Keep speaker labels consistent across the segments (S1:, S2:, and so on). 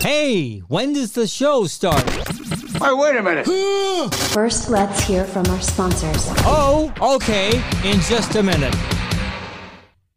S1: Hey, when does the show start?
S2: Hey, wait a minute.
S3: First, let's hear from our sponsors.
S1: Oh, okay, in just a minute.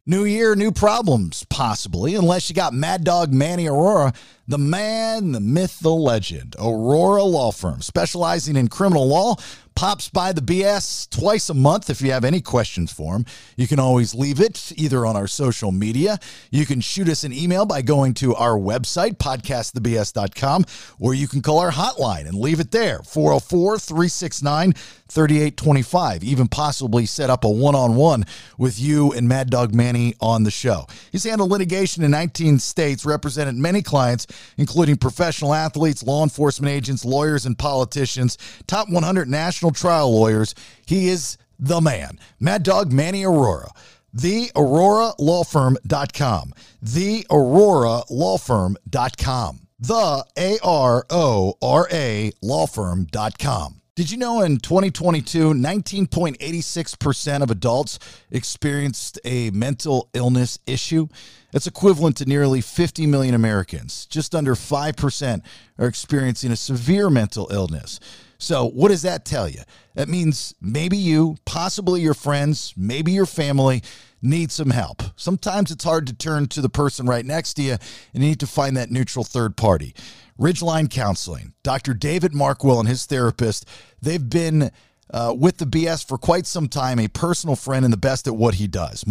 S4: New year, new problems, possibly, unless you got Mad Dog Manny Aurora, the man, the myth, the legend. Aurora Law Firm, specializing in criminal law, pops by the BS twice a month if you have any questions for him. You can always leave it either on our social media. You can shoot us an email by going to our website, podcastthebs.com, or you can call our hotline and leave it there, 404 369 3825. Even possibly set up a one on one with you and Mad Dog Manny on the show. He's handled litigation in 19 states, represented many clients, including professional athletes, law enforcement agents, lawyers, and politicians, top 100 national trial lawyers. He is the man, Mad Dog Manny Aurora. The Aurora Law Firm.com. The Aurora Law Firm.com. The A R O R A Law Firm.com. Did you know in 2022, 19.86% of adults experienced a mental illness issue? That's equivalent to nearly 50 million Americans. Just under 5% are experiencing a severe mental illness. So, what does that tell you? That means maybe you, possibly your friends, maybe your family need some help. Sometimes it's hard to turn to the person right next to you, and you need to find that neutral third party. Ridgeline Counseling, Dr. David Markwell and his therapist, they've been uh, with the BS for quite some time, a personal friend and the best at what he does.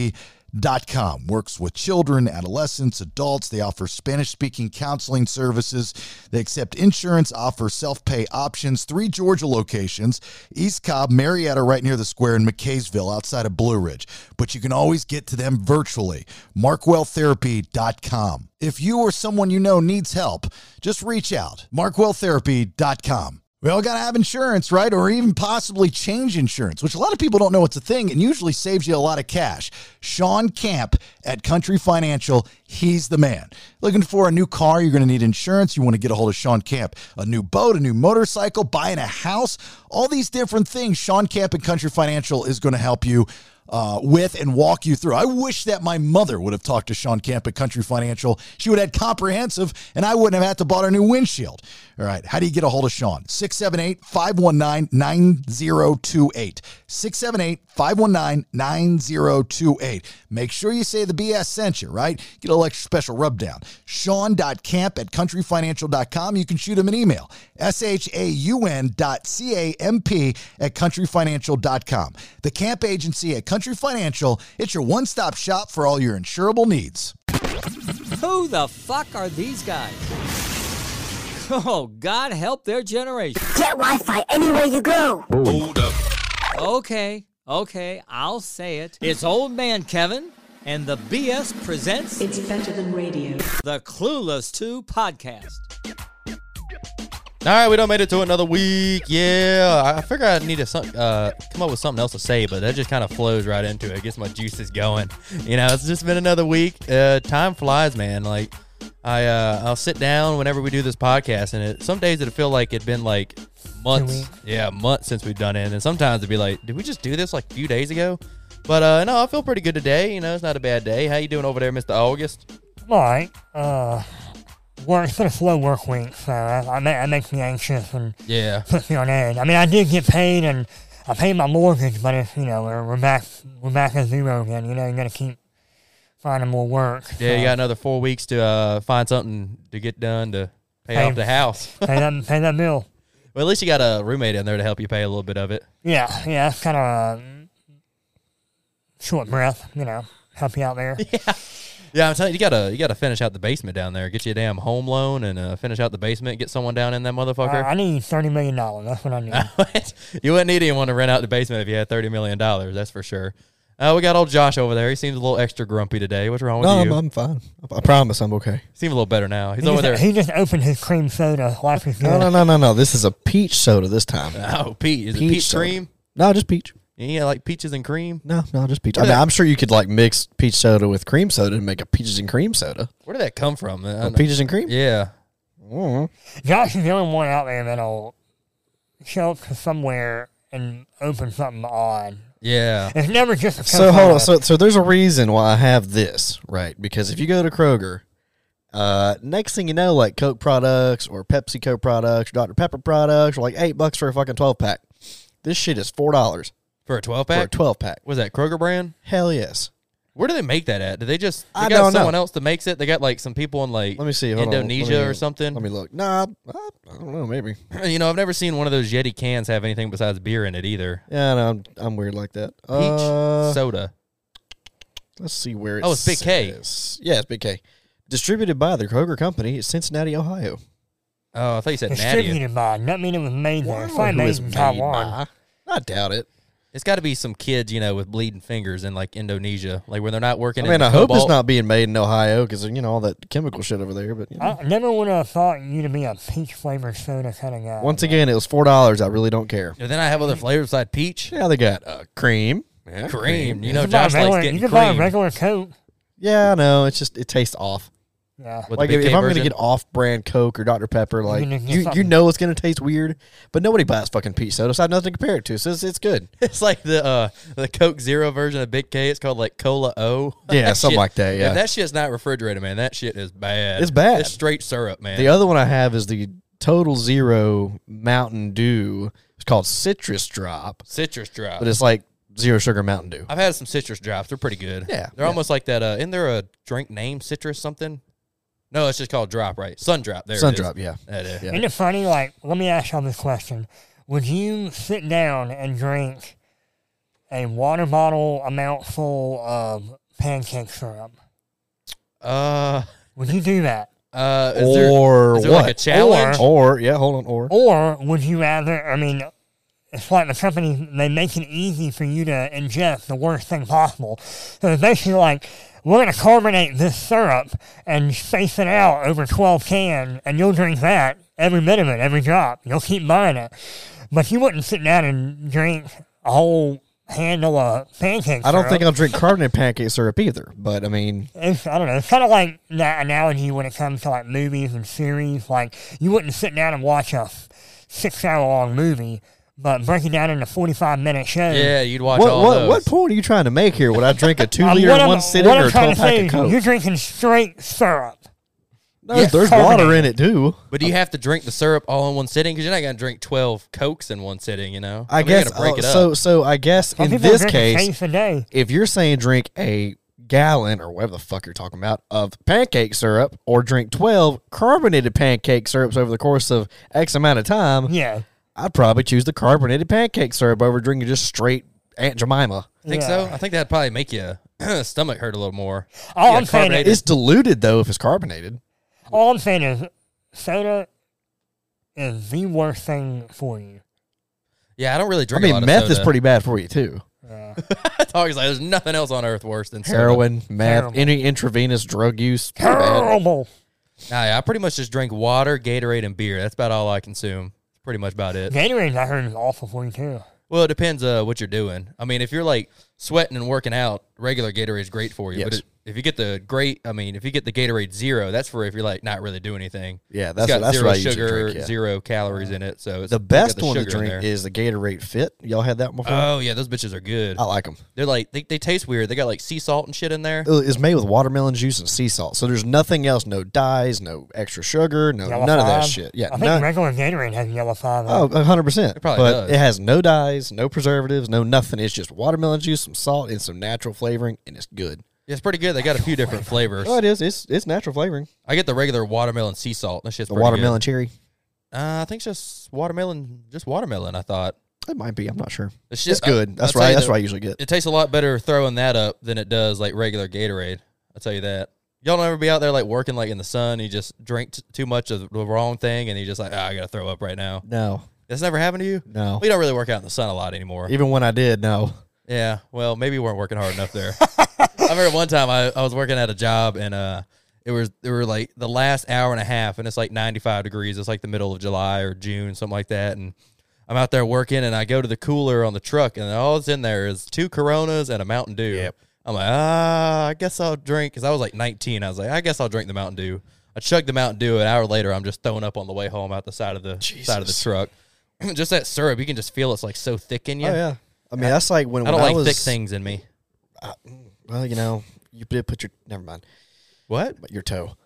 S4: MarkwellTherapy.com works with children, adolescents, adults. They offer Spanish speaking counseling services. They accept insurance, offer self pay options. Three Georgia locations East Cobb, Marietta, right near the square, and McKaysville outside of Blue Ridge. But you can always get to them virtually. MarkwellTherapy.com. If you or someone you know needs help, just reach out. MarkwellTherapy.com. We all got to have insurance, right? Or even possibly change insurance, which a lot of people don't know it's a thing and usually saves you a lot of cash. Sean Camp at Country Financial, he's the man. Looking for a new car, you're going to need insurance. You want to get a hold of Sean Camp. A new boat, a new motorcycle, buying a house, all these different things. Sean Camp at Country Financial is going to help you uh, with and walk you through. I wish that my mother would have talked to Sean Camp at Country Financial. She would have had comprehensive, and I wouldn't have had to bought her new windshield. All right, how do you get a hold of Sean? 678-519-9028. 678-519-9028. Make sure you say the BS sent you, right? Get a little extra special rub down. Sean.camp at countryfinancial.com. You can shoot him an email. S-H-A-U-N dot C-A-M-P at countryfinancial.com. The Camp Agency at Country Financial, it's your one-stop shop for all your insurable needs.
S1: Who the fuck are these guys? Oh, God help their generation.
S5: Get Wi-Fi anywhere you go.
S1: Okay, okay, I'll say it. It's Old Man Kevin, and the BS presents
S6: It's better than radio.
S1: the Clueless 2 podcast.
S7: All right, we done made it to another week. Yeah, I- I figure I need to some, uh, come up with something else to say, but that just kind of flows right into it. Gets my juices going. You know, it's just been another week. Uh, time flies, man. Like I, uh, I'll sit down whenever we do this podcast, and it some days it'll feel like it'd been like months. Yeah, months since we've done it, and sometimes it'd be like, did we just do this like a few days ago? But uh, no, I feel pretty good today. You know, it's not a bad day. How you doing over there, Mister August?
S8: All right. Uh, work. It's been a slow work week, so I, I, ma- that makes me anxious and
S7: Yeah,
S8: puts me on edge. I mean, I did get paid, and I paid my mortgage, but it's you know we're, we're back we're back at zero again. You know, you gotta keep finding more work.
S7: yeah. You got another four weeks to uh, find something to get done to pay
S8: Hey.
S7: off the house.
S8: pay that pay that bill.
S7: Well, at least you got a roommate in there to help you pay a little bit of it.
S8: Yeah, yeah. It's kind of a short breath. You know, help you out there.
S7: Yeah, I'm telling you, you gotta you gotta finish out the basement down there. Get you a damn home loan and uh, finish out the basement. Get someone down in that
S8: I,
S9: Uh,
S7: motherfucker.
S8: I need thirty million dollars. That's what I need.
S7: you wouldn't need anyone to rent out the basement if you had thirty million dollars. That's for sure. Uh, we got old Josh over there. He seems a little extra grumpy today. What's wrong with
S9: No,
S7: you?
S9: I'm, I'm fine. I promise I'm okay.
S7: He seems a little better now. He's
S8: he,
S7: over
S8: just,
S7: there.
S8: he just opened his cream soda. Life is good.
S9: No, no, no, no, no. This is a peach soda this time.
S7: oh, Pete, is it
S9: Peach
S7: peach
S9: soda.
S7: cream?
S9: No, just peach.
S7: Yeah, like peaches and cream.
S9: No, no, just peach. I mean, I'm sure you could like mix peach soda with cream soda and make a peaches and cream soda.
S7: Where did that come from? I
S9: Or
S7: don't-
S9: peaches and cream?
S7: Yeah,
S9: Mm.
S8: Josh is the only one out there that'll show up to somewhere and open something odd.
S7: yeah.
S8: It's never just a
S9: So hold on.
S8: Coca-Cola.
S9: So so there's a reason why I have this, right? Because if you go to Kroger Uh, next thing you know, like Coke products or PepsiCo products, or Dr. Pepper products, are like eight bucks for a fucking 12 pack. This shit is $4
S7: for a twelve
S9: for a
S7: pack.
S9: 12 pack.
S7: Was that Kroger brand?
S9: Hell yes.
S7: Where do they make that at? Do they just? They
S9: I
S7: got
S9: don't know.
S7: someone else that makes it. They got like some people in like
S9: Let me see. Hold on. Let
S7: Indonesia
S9: me-
S7: or something.
S9: Let me look. Nah, I, I don't know. Maybe.
S7: you know, I've never seen one of those Yeti cans have anything besides beer in it either.
S9: Yeah, no, I'm, I'm weird like that.
S7: Peach
S9: Uh,
S7: soda.
S9: Let's see where it
S7: Oh, it's Big K.
S9: says. Yeah, it's Big K. Distributed by the Kroger Company, Cincinnati, Ohio.
S7: Oh, I thought you said natty.
S8: Distributed by. That mean it was made there. It's
S9: Wonder
S8: probably
S9: who
S8: made
S9: it's
S8: in
S9: made
S8: Taiwan.
S9: by. I doubt it.
S7: It's got to be some kids, you know, with bleeding fingers in like Indonesia, like where they're not working.
S9: I
S7: in
S9: mean,
S7: the
S9: I hope it's
S7: cobalt.
S9: not being made in Ohio because you know all that chemical shit over there. But you know.
S8: I never would have thought you to be a peach flavored soda kind of guy.
S9: once again, it was four dollars. I really don't care.
S7: And then I have other flavors like peach,
S9: Yeah, they got uh, cream.
S7: cream. You
S8: You
S7: know,
S8: can buy
S7: Josh
S8: regular-
S7: likes getting
S8: You can buy a
S7: cream.
S8: regular Coke.
S9: Yeah, I know. It's just it tastes off.
S8: Yeah.
S7: with the
S9: like
S7: Big
S9: if,
S7: K
S9: if I'm going to
S7: version.
S9: get off-brand Coke or Dr Pepper, like
S8: can get
S9: you, you
S8: something.
S9: know it's going to taste weird. But nobody buys fucking peach soda, so I have nothing to compare it to. So it's, it's good.
S7: it's like the uh the Coke Zero version of Big K. It's called like Cola O.
S9: Yeah,
S7: That
S9: something
S7: shit-
S9: like that, yeah.
S7: if that shit's not refrigerated, man. That shit is bad.
S9: It's bad.
S7: It's straight syrup, man.
S9: The other one I have is the Total Zero Mountain Dew. It's called Citrus Drop,
S7: citrus drop.
S9: but it's like zero sugar Mountain Dew.
S7: I've had some citrus drops. They're pretty good.
S9: Yeah,
S7: They're
S9: yeah.
S7: almost like that. Uh, isn't there a drink name citrus something? No, it's just called drop, right? Sun drop. There. it
S9: Sun
S7: is.
S9: Drop, yeah.
S7: That is.
S9: Yeah.
S8: Isn't it funny? Like, let me ask y'all this question: Would you sit down and drink a water bottle amount full of pancake syrup?
S7: Uh,
S8: Would you do that,
S7: uh, is there-
S9: Or
S7: is there
S9: what?
S7: like a challenge? Oh,
S9: Or, or yeah, hold on. Or
S8: or would you rather? I mean, it's like the company they make it easy for you to ingest the worst thing possible. So it's basically like. We're gonna carbonate this syrup and space it out over twelve cans, and you'll drink that every bit of it, every drop. You'll keep buying it, but you wouldn't sit down and drink a whole handle of pancakes.
S9: I don't think I'll drink carbonated pancake syrup either. But I mean,
S8: it's, I don't know. It's kind of like that analogy when it comes to like movies and series. Like you wouldn't sit down and watch a six-hour long movie, but break it down into forty-five minute shows.
S7: yeah, you'd watch
S9: what
S7: all
S9: what,
S7: those.
S9: what point are you trying to make here? Would I drink a two
S8: Um,
S9: liter
S8: what
S9: in
S8: I'm-
S9: one sitting
S8: what I'm
S9: or a
S8: trying
S9: twelve
S8: to say
S9: pack of
S8: is
S9: Coke?
S8: You're drinking straight syrup.
S9: No,
S8: Yeah.
S9: there's water in it too.
S7: But do you have to drink the syrup all in one sitting? Because you're not gonna drink twelve cokes in one sitting. You know.
S9: I
S7: mean, you're
S9: guess
S7: gonna break
S9: uh,
S7: it up.
S9: so. So I guess
S8: Some
S9: in
S8: people
S9: this
S8: drink a
S9: case,
S8: case a day.
S9: if you're saying drink a gallon or whatever the fuck you're talking about of pancake syrup or drink 12 carbonated pancake syrups over the course of X amount of time,
S8: Yeah.
S9: I'd probably choose the carbonated pancake syrup over drinking just straight Aunt Jemima.
S7: think
S8: yeah.
S7: so. I think that'd probably make your stomach hurt a little more.
S8: All
S7: Yeah,
S8: I'm saying is,
S7: carbonated.
S9: It's diluted though if it's carbonated.
S8: all I'm saying is, soda is the worst thing for you.
S7: Yeah, I don't really
S9: I
S7: drink. a lot
S9: mean,
S7: of
S9: meth is
S7: soda.
S9: pretty bad for you too.
S7: It's always like there's nothing else on earth worse than soda.
S9: Heroin, meth,
S8: Terrible.
S9: any intravenous drug use. pretty bad.
S8: Terrible.
S7: Nah, yeah, I pretty much just drink water, Gatorade, and beer. That's about all I consume. That's pretty much about it.
S8: Gatorade, I heard, is awful for you too.
S7: Well, it depends uh, what you're doing. I mean, if you're like sweating and working out, regular Gatorade is great for you. But
S9: Yes.
S7: it, if you get the great, I mean, if you get the Gatorade Zero, that's for if you're like not really doing anything.
S9: Yeah,
S7: It's
S9: that's-
S7: got
S9: that's
S7: zero
S9: what I usually
S7: sugar,
S9: drink, yeah.
S7: zero calories in it. So it's
S9: The
S7: it's got
S9: best
S7: the
S9: one to
S7: sugar in
S9: drink
S7: there.
S9: is the Gatorade Fit. Y'all had that one before?
S7: Oh yeah, those bitches are good.
S9: I like them.
S7: They're like they, they taste weird. They got like sea salt and shit in there.
S9: It's uh, made with watermelon juice and sea salt, so there's nothing else. No dyes, no extra sugar, no
S8: Yellow
S9: none of that
S8: Five.
S9: shit. Yeah,
S8: I think
S9: none,
S8: regular Gatorade has yellow five.
S9: Oh,
S8: Oh,
S9: 100%.
S7: probably
S9: but
S7: does.
S9: it has no dyes, no preservatives, no nothing. It's just watermelon juice, some salt, and some natural flavoring, and it's good.
S7: Yeah, it's pretty good. They got a few different flavors.
S9: Oh, it is. It's it's natural flavoring.
S7: I get the regular watermelon sea salt. That shit's
S9: The
S7: pretty good.
S9: watermelon cherry.
S7: Uh, I think it's just watermelon, just watermelon. I thought
S9: It might be. I'm not sure.
S7: The shit-
S9: It's good.
S7: I-
S9: That's
S7: I'll tell
S9: right.
S7: you
S9: That's
S7: the-
S9: what I usually get.
S7: It tastes a lot better throwing that up than it does like regular Gatorade. I'll tell you that. Y'all don't ever be out there like working like in the sun. You just drink t- too much of the wrong thing, and you just like, "Ah, I gotta throw up right now.
S9: No,
S7: That's never happened to you.
S9: no.
S7: We don't really work out in the sun a lot anymore.
S9: Even when I did, no.
S7: Yeah, well, maybe we weren't working hard enough there. I remember one time I, I was working at a job and uh, it was it were like the last hour and a half, and it's like ninety five degrees. It's like the middle of July or June, something like that. And I'm out there working, and I go to the cooler on the truck, and all that's in there is two Coronas and a Mountain Dew. I'm like, ah, I guess I'll drink because I was like 19. I was like, I guess I'll drink the Mountain Dew. I chugged the Mountain Dew. An hour later, I'm just throwing up on the way home out the side of the side of the
S9: Jesus.
S7: truck. just that syrup, you can just feel it's like so thick in you.
S9: Oh, yeah. I mean, that's like when
S7: I don't
S9: when
S7: like
S9: I was,
S7: thick things in me.
S9: Well, you know, you did put your, never mind,
S7: What?
S9: but your toe.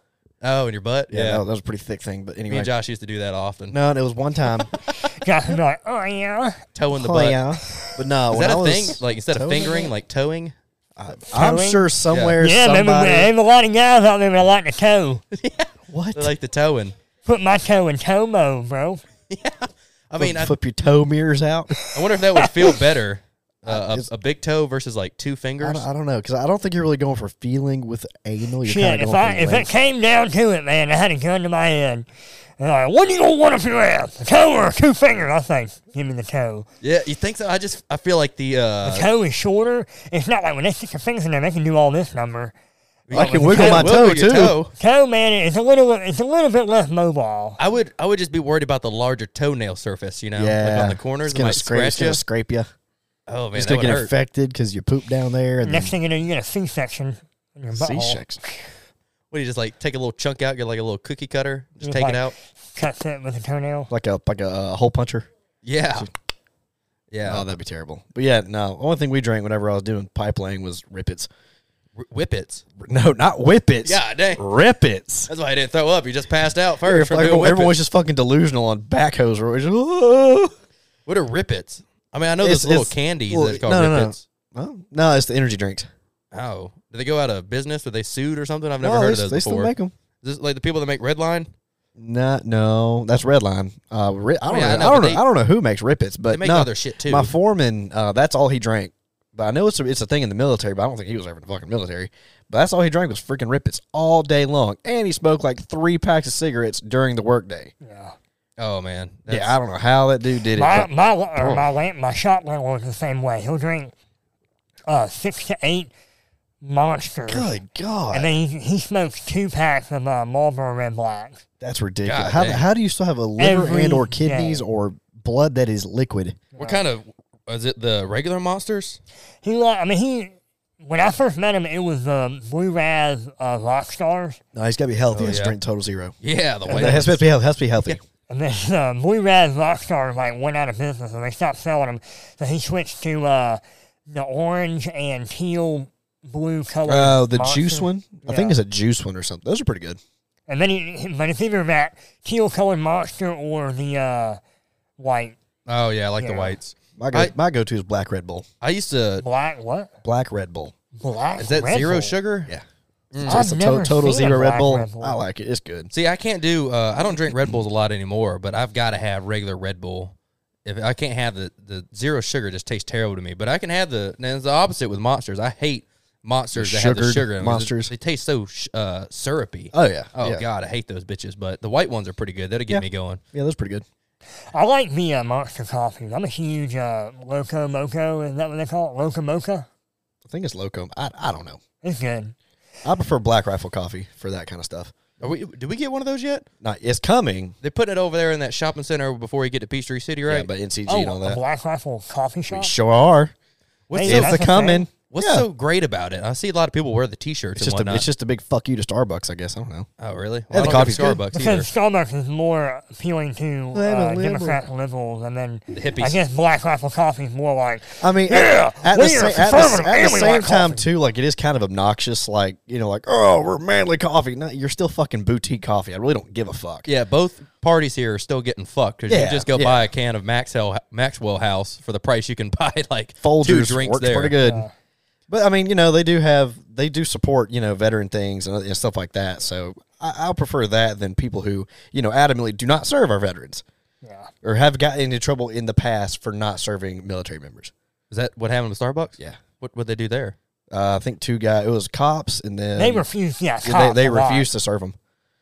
S7: Oh, in your butt?
S9: Yeah,
S7: Yeah.
S9: That, that was a pretty thick thing. But
S7: Me
S9: anyway,
S7: and Josh used to do that often.
S9: no, and it was one time.
S8: Josh would be like, oh, yeah.
S7: Toe in the
S9: Oh,
S7: butt.
S9: yeah. But no,
S7: Is
S9: when
S7: that
S9: I
S7: a
S9: was-
S7: thing? Like instead of
S9: toeing it?
S7: fingering, like towing?
S9: I'm
S8: Towing?
S9: sure somewhere
S8: Yeah,
S9: somebody.
S8: maybe there's a lot of guys out there that like to toe.
S9: what?
S7: They like the towing.
S8: Put my toe in toe mode, bro.
S7: I mean, I,
S9: flip your toe mirrors out.
S7: I wonder if that would feel better. Uh,
S9: it's-
S7: a, a big toe versus like two fingers.
S9: I don't, I don't know because I don't think you're really going for feeling with anal. You're
S8: Shit,
S9: kind of
S8: if
S9: going
S8: I
S9: for
S8: if it
S9: length.
S8: came down to it, man, I had a gun to my head. And they're like, what do you gonna want if you ass? A toe or two fingers? I think. Give me the toe.
S7: yeah, you think so? I just I feel like the
S8: The
S7: uh,
S8: toe is shorter. It's not like when they stick their fingers in there, they can do all this number.
S9: I can wiggle
S7: Yeah,
S9: my
S7: we'll
S9: toe
S7: wiggle your
S9: too.
S8: Toe, man, it's a little it's a little bit less mobile.
S7: I would I would just be worried about the larger toenail surface, you know,
S9: Yeah,
S7: like on the corners,
S9: It's
S7: it
S9: gonna
S7: might
S9: scrape, it's
S7: scratch you.
S9: gonna scrape you.
S7: Oh man,
S9: It's
S7: that
S9: gonna
S7: would
S9: get
S7: hurt.
S9: infected because you poop down there and then
S7: Mm.
S8: Next thing you know, you get a C section.
S9: C-section.
S7: What do you just like take a little chunk out, get like a little cookie cutter, just
S8: Just
S7: take
S8: like-
S7: it out?
S8: Cuts it with a toenail.
S9: like a like a uh, hole puncher.
S7: Yeah, yeah.
S9: Oh, that'd be terrible. But yeah, no. Only thing we drank whenever I was doing pipelaying was rippets.
S7: Wh- whippets.
S9: No, not whippets.
S7: Yeah, dang.
S9: rippets.
S7: That's why I didn't throw up. You just passed out
S9: Like,
S7: first. from doing
S9: everyone
S7: whippets.
S9: everyone's just fucking delusional on backhoes. We're just, "Oh."
S7: What are rippets? I mean, I know
S9: It's-
S7: those little
S9: it's-
S7: candies
S9: well,
S7: that's called
S9: no, no, no.
S7: rippets.
S9: Well, no, it's the energy drinks.
S7: Oh, did they go out of business? Were they sued or something? I've never
S9: no,
S7: heard
S9: they,
S7: of those
S9: they
S7: before.
S9: still make them.
S7: Is this like the people that make Redline?
S9: Nah, no, that's Redline. Uh, ri- I don't
S7: Oh, yeah, I know,
S9: know. I, don't
S7: but
S9: know.
S7: they-
S9: I don't know who makes rippets, but
S7: They make
S9: no,
S7: other shit too.
S9: My foreman, uh, that's all he drank. But I know it's a, it's a thing in the military, but I don't think he was ever in the fucking military. But that's all he drank was freaking rippets all day long, and he smoked like three packs of cigarettes during the workday.
S8: Yeah.
S7: oh man,
S9: Yeah, I don't know how that dude did it.
S8: My
S9: but-
S8: my or my lamp my shop landlord was the same way. He'll drink uh six to eight monsters.
S9: good God,
S8: And then he, he smokes two packs of uh, Marlboro Red Blacks.
S9: that's ridiculous.
S7: God
S9: how,
S7: dang.
S9: how do you still have a liver
S8: Every
S9: and or
S8: day.
S9: kidneys or blood that is liquid?
S7: What kind of is it? The regular monsters?
S8: He, li- I mean, he. When I first met him, it was the Blue Raz uh, Rock Stars,
S9: No, he's got to be healthy. and
S7: yeah.
S9: drink total zero.
S7: Yeah, the
S9: It Oh, has
S7: white.
S9: to be healthy. Has to be healthy.
S8: and then uh, Blue Raz Rock Stars like went out of business, and they stopped selling them. So he switched to uh, the orange and teal blue color.
S9: Uh, the
S8: monster.
S9: juice one. I
S8: Yeah.
S9: think it's a juice one or something. Those are pretty good.
S8: And then he, he- but it's either that teal colored monster or the uh, white
S7: Oh yeah, I like the
S8: Yeah.
S7: whites.
S9: My go,
S7: I-
S9: my go to is black Red Bull.
S7: I used to.
S8: black what
S9: Black Red Bull.
S8: black.
S7: Is that
S8: Red
S7: zero
S8: Bull?
S7: sugar?
S9: Yeah.
S8: I've
S9: So it's a to-
S8: never
S9: total
S8: seen a
S9: zero Red
S8: black
S9: Bull.
S8: Red Bull.
S9: I like it. It's good.
S7: See, I can't do. Uh, I don't drink Red Bulls a lot anymore, but I've got to have regular Red Bull. If I can't have the the zero sugar, just tastes terrible to me. But I can have the. And it's the opposite with monsters. I hate monsters that have the
S9: Sugared
S7: sugar in them 'cause it-
S9: Monsters.
S7: They taste so sh- uh, syrupy.
S9: Oh yeah.
S7: Oh
S9: yeah.
S7: god, I hate those bitches. But the white ones are pretty good. That'll get
S9: Yeah.
S7: me going.
S9: Yeah, that's pretty good.
S8: I like the uh, monster coffees. I'm a huge uh, Loco Moco. Is that what they call it? Loco Mocha?
S9: I think it's locum. I, I don't know.
S8: It's good.
S9: I prefer Black Rifle coffee for that kind of stuff.
S7: Are we? Did we get one of those yet?
S9: Not it's coming.
S7: They put it over there in that shopping center before you get to Peachtree City,
S9: Yeah,
S7: right?
S9: but NCG
S8: Oh,
S9: and all
S8: a
S9: that.
S8: Black Rifle coffee shop.
S9: We sure are.
S7: what's
S8: Hey,
S7: so,
S8: that's
S9: it's
S8: a
S9: a coming.
S8: thing.
S7: what's
S9: Yeah.
S7: so great about it? I see a lot of people wear the T-shirts
S9: It's
S7: and
S9: just a
S7: whatnot.
S9: it's just a big fuck you to Starbucks. I guess I don't know.
S7: oh, really?
S9: Yeah,
S7: Well,
S9: the
S7: I don't
S9: coffee's
S7: go
S9: good.
S7: to Starbucks either.
S8: because Starbucks is more appealing to uh,
S9: Liberal,
S8: Democrat liberals, and then
S7: hippies.
S8: I guess Black Rifle coffee is more like
S9: I mean,
S8: Yeah,
S9: at, at the,
S8: we
S9: sa-
S8: are
S9: at the-
S8: conservative
S9: at the
S8: and we
S9: same
S8: like
S9: time,
S8: coffee.
S9: too, like it is kind of obnoxious. Like you know, like oh, we're manly coffee. No, you're still fucking boutique coffee. I really don't give a fuck.
S7: Yeah, both parties here are still getting fucked because
S9: Yeah,
S7: you just go
S9: yeah.
S7: buy a can of Maxwell Maxwell House for the price you can buy like two
S9: Folgers
S7: drinks
S9: works
S7: there.
S9: pretty good. But I mean, you know, they do have they do support you know veteran things and, and stuff like that. So I, I'll prefer that than people who you know adamantly do not serve our veterans
S8: yeah.
S9: or have gotten into trouble in the past for not serving military members.
S7: Is that what happened with Starbucks?
S9: Yeah.
S7: What would they do there?
S9: Uh, I think two guys. It was cops and then
S8: They refuse. Yeah,
S9: yeah,
S8: cops
S9: they, they
S8: a lot.
S9: refused to serve them.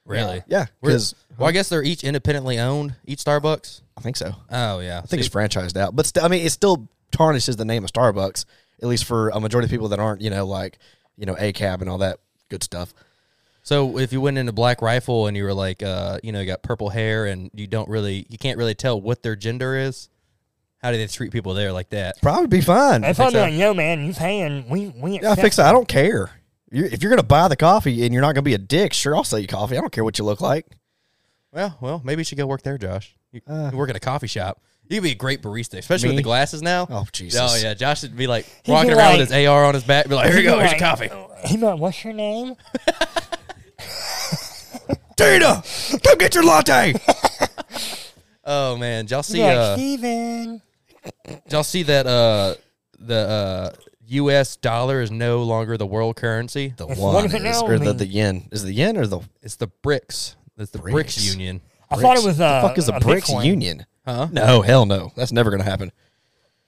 S7: Really?
S9: Yeah,
S7: We're-
S9: because
S7: well, I guess they're each independently owned. Each Starbucks.
S9: I think so.
S7: Oh yeah,
S9: I think it's franchised out, but st- I mean, it still tarnishes the name of Starbucks, at least for a majority of people that aren't, you know, like you know, ACAB and all that good stuff.
S7: So if you went into Black Rifle and you were like, uh, you know, you got purple hair and you don't really, you can't really tell what their gender is. How do they treat people there like that?
S9: Probably be fine.
S8: They
S9: Yeah,
S8: probably
S7: so.
S8: like, yo, man, you paying? We we
S9: I
S8: accept
S9: fix it. I don't care. you if you're gonna buy the coffee and you're not gonna be a dick, sure, I'll sell you coffee. I don't care what you look like.
S7: Well, well, maybe you should go work there, Josh. You, you work at a coffee shop. You could be a great barista, especially with
S9: Uh. Me?
S7: the glasses now.
S9: Oh, Jesus.
S7: Oh yeah, Josh would be like
S8: be
S7: walking around with
S8: like-
S7: his AR on his back, be like, "Here you
S8: He'd
S7: go,
S8: be
S7: here's your
S8: like-
S7: coffee."
S8: He'd be like, what's your name?
S9: Tina, come get your latte.
S7: Oh man, did y'all see?
S8: like,
S7: Uh, did
S8: Steven.
S7: y'all see that? Uh, the uh, U.S. dollar is no longer the world currency.
S9: the
S8: It's
S9: one
S8: one of it
S9: is,
S8: now,
S9: or the,
S8: man.
S9: the yen is it the yen or the
S7: It's the BRICS. It's the BRICS,
S9: Bricks.
S7: Union.
S8: I thought it
S9: BRICS?
S8: was
S9: the
S8: uh,
S9: fuck is the
S8: a
S9: BRICS
S8: Bitcoin.
S9: union?
S7: Huh?
S9: No, hell no. That's never gonna happen.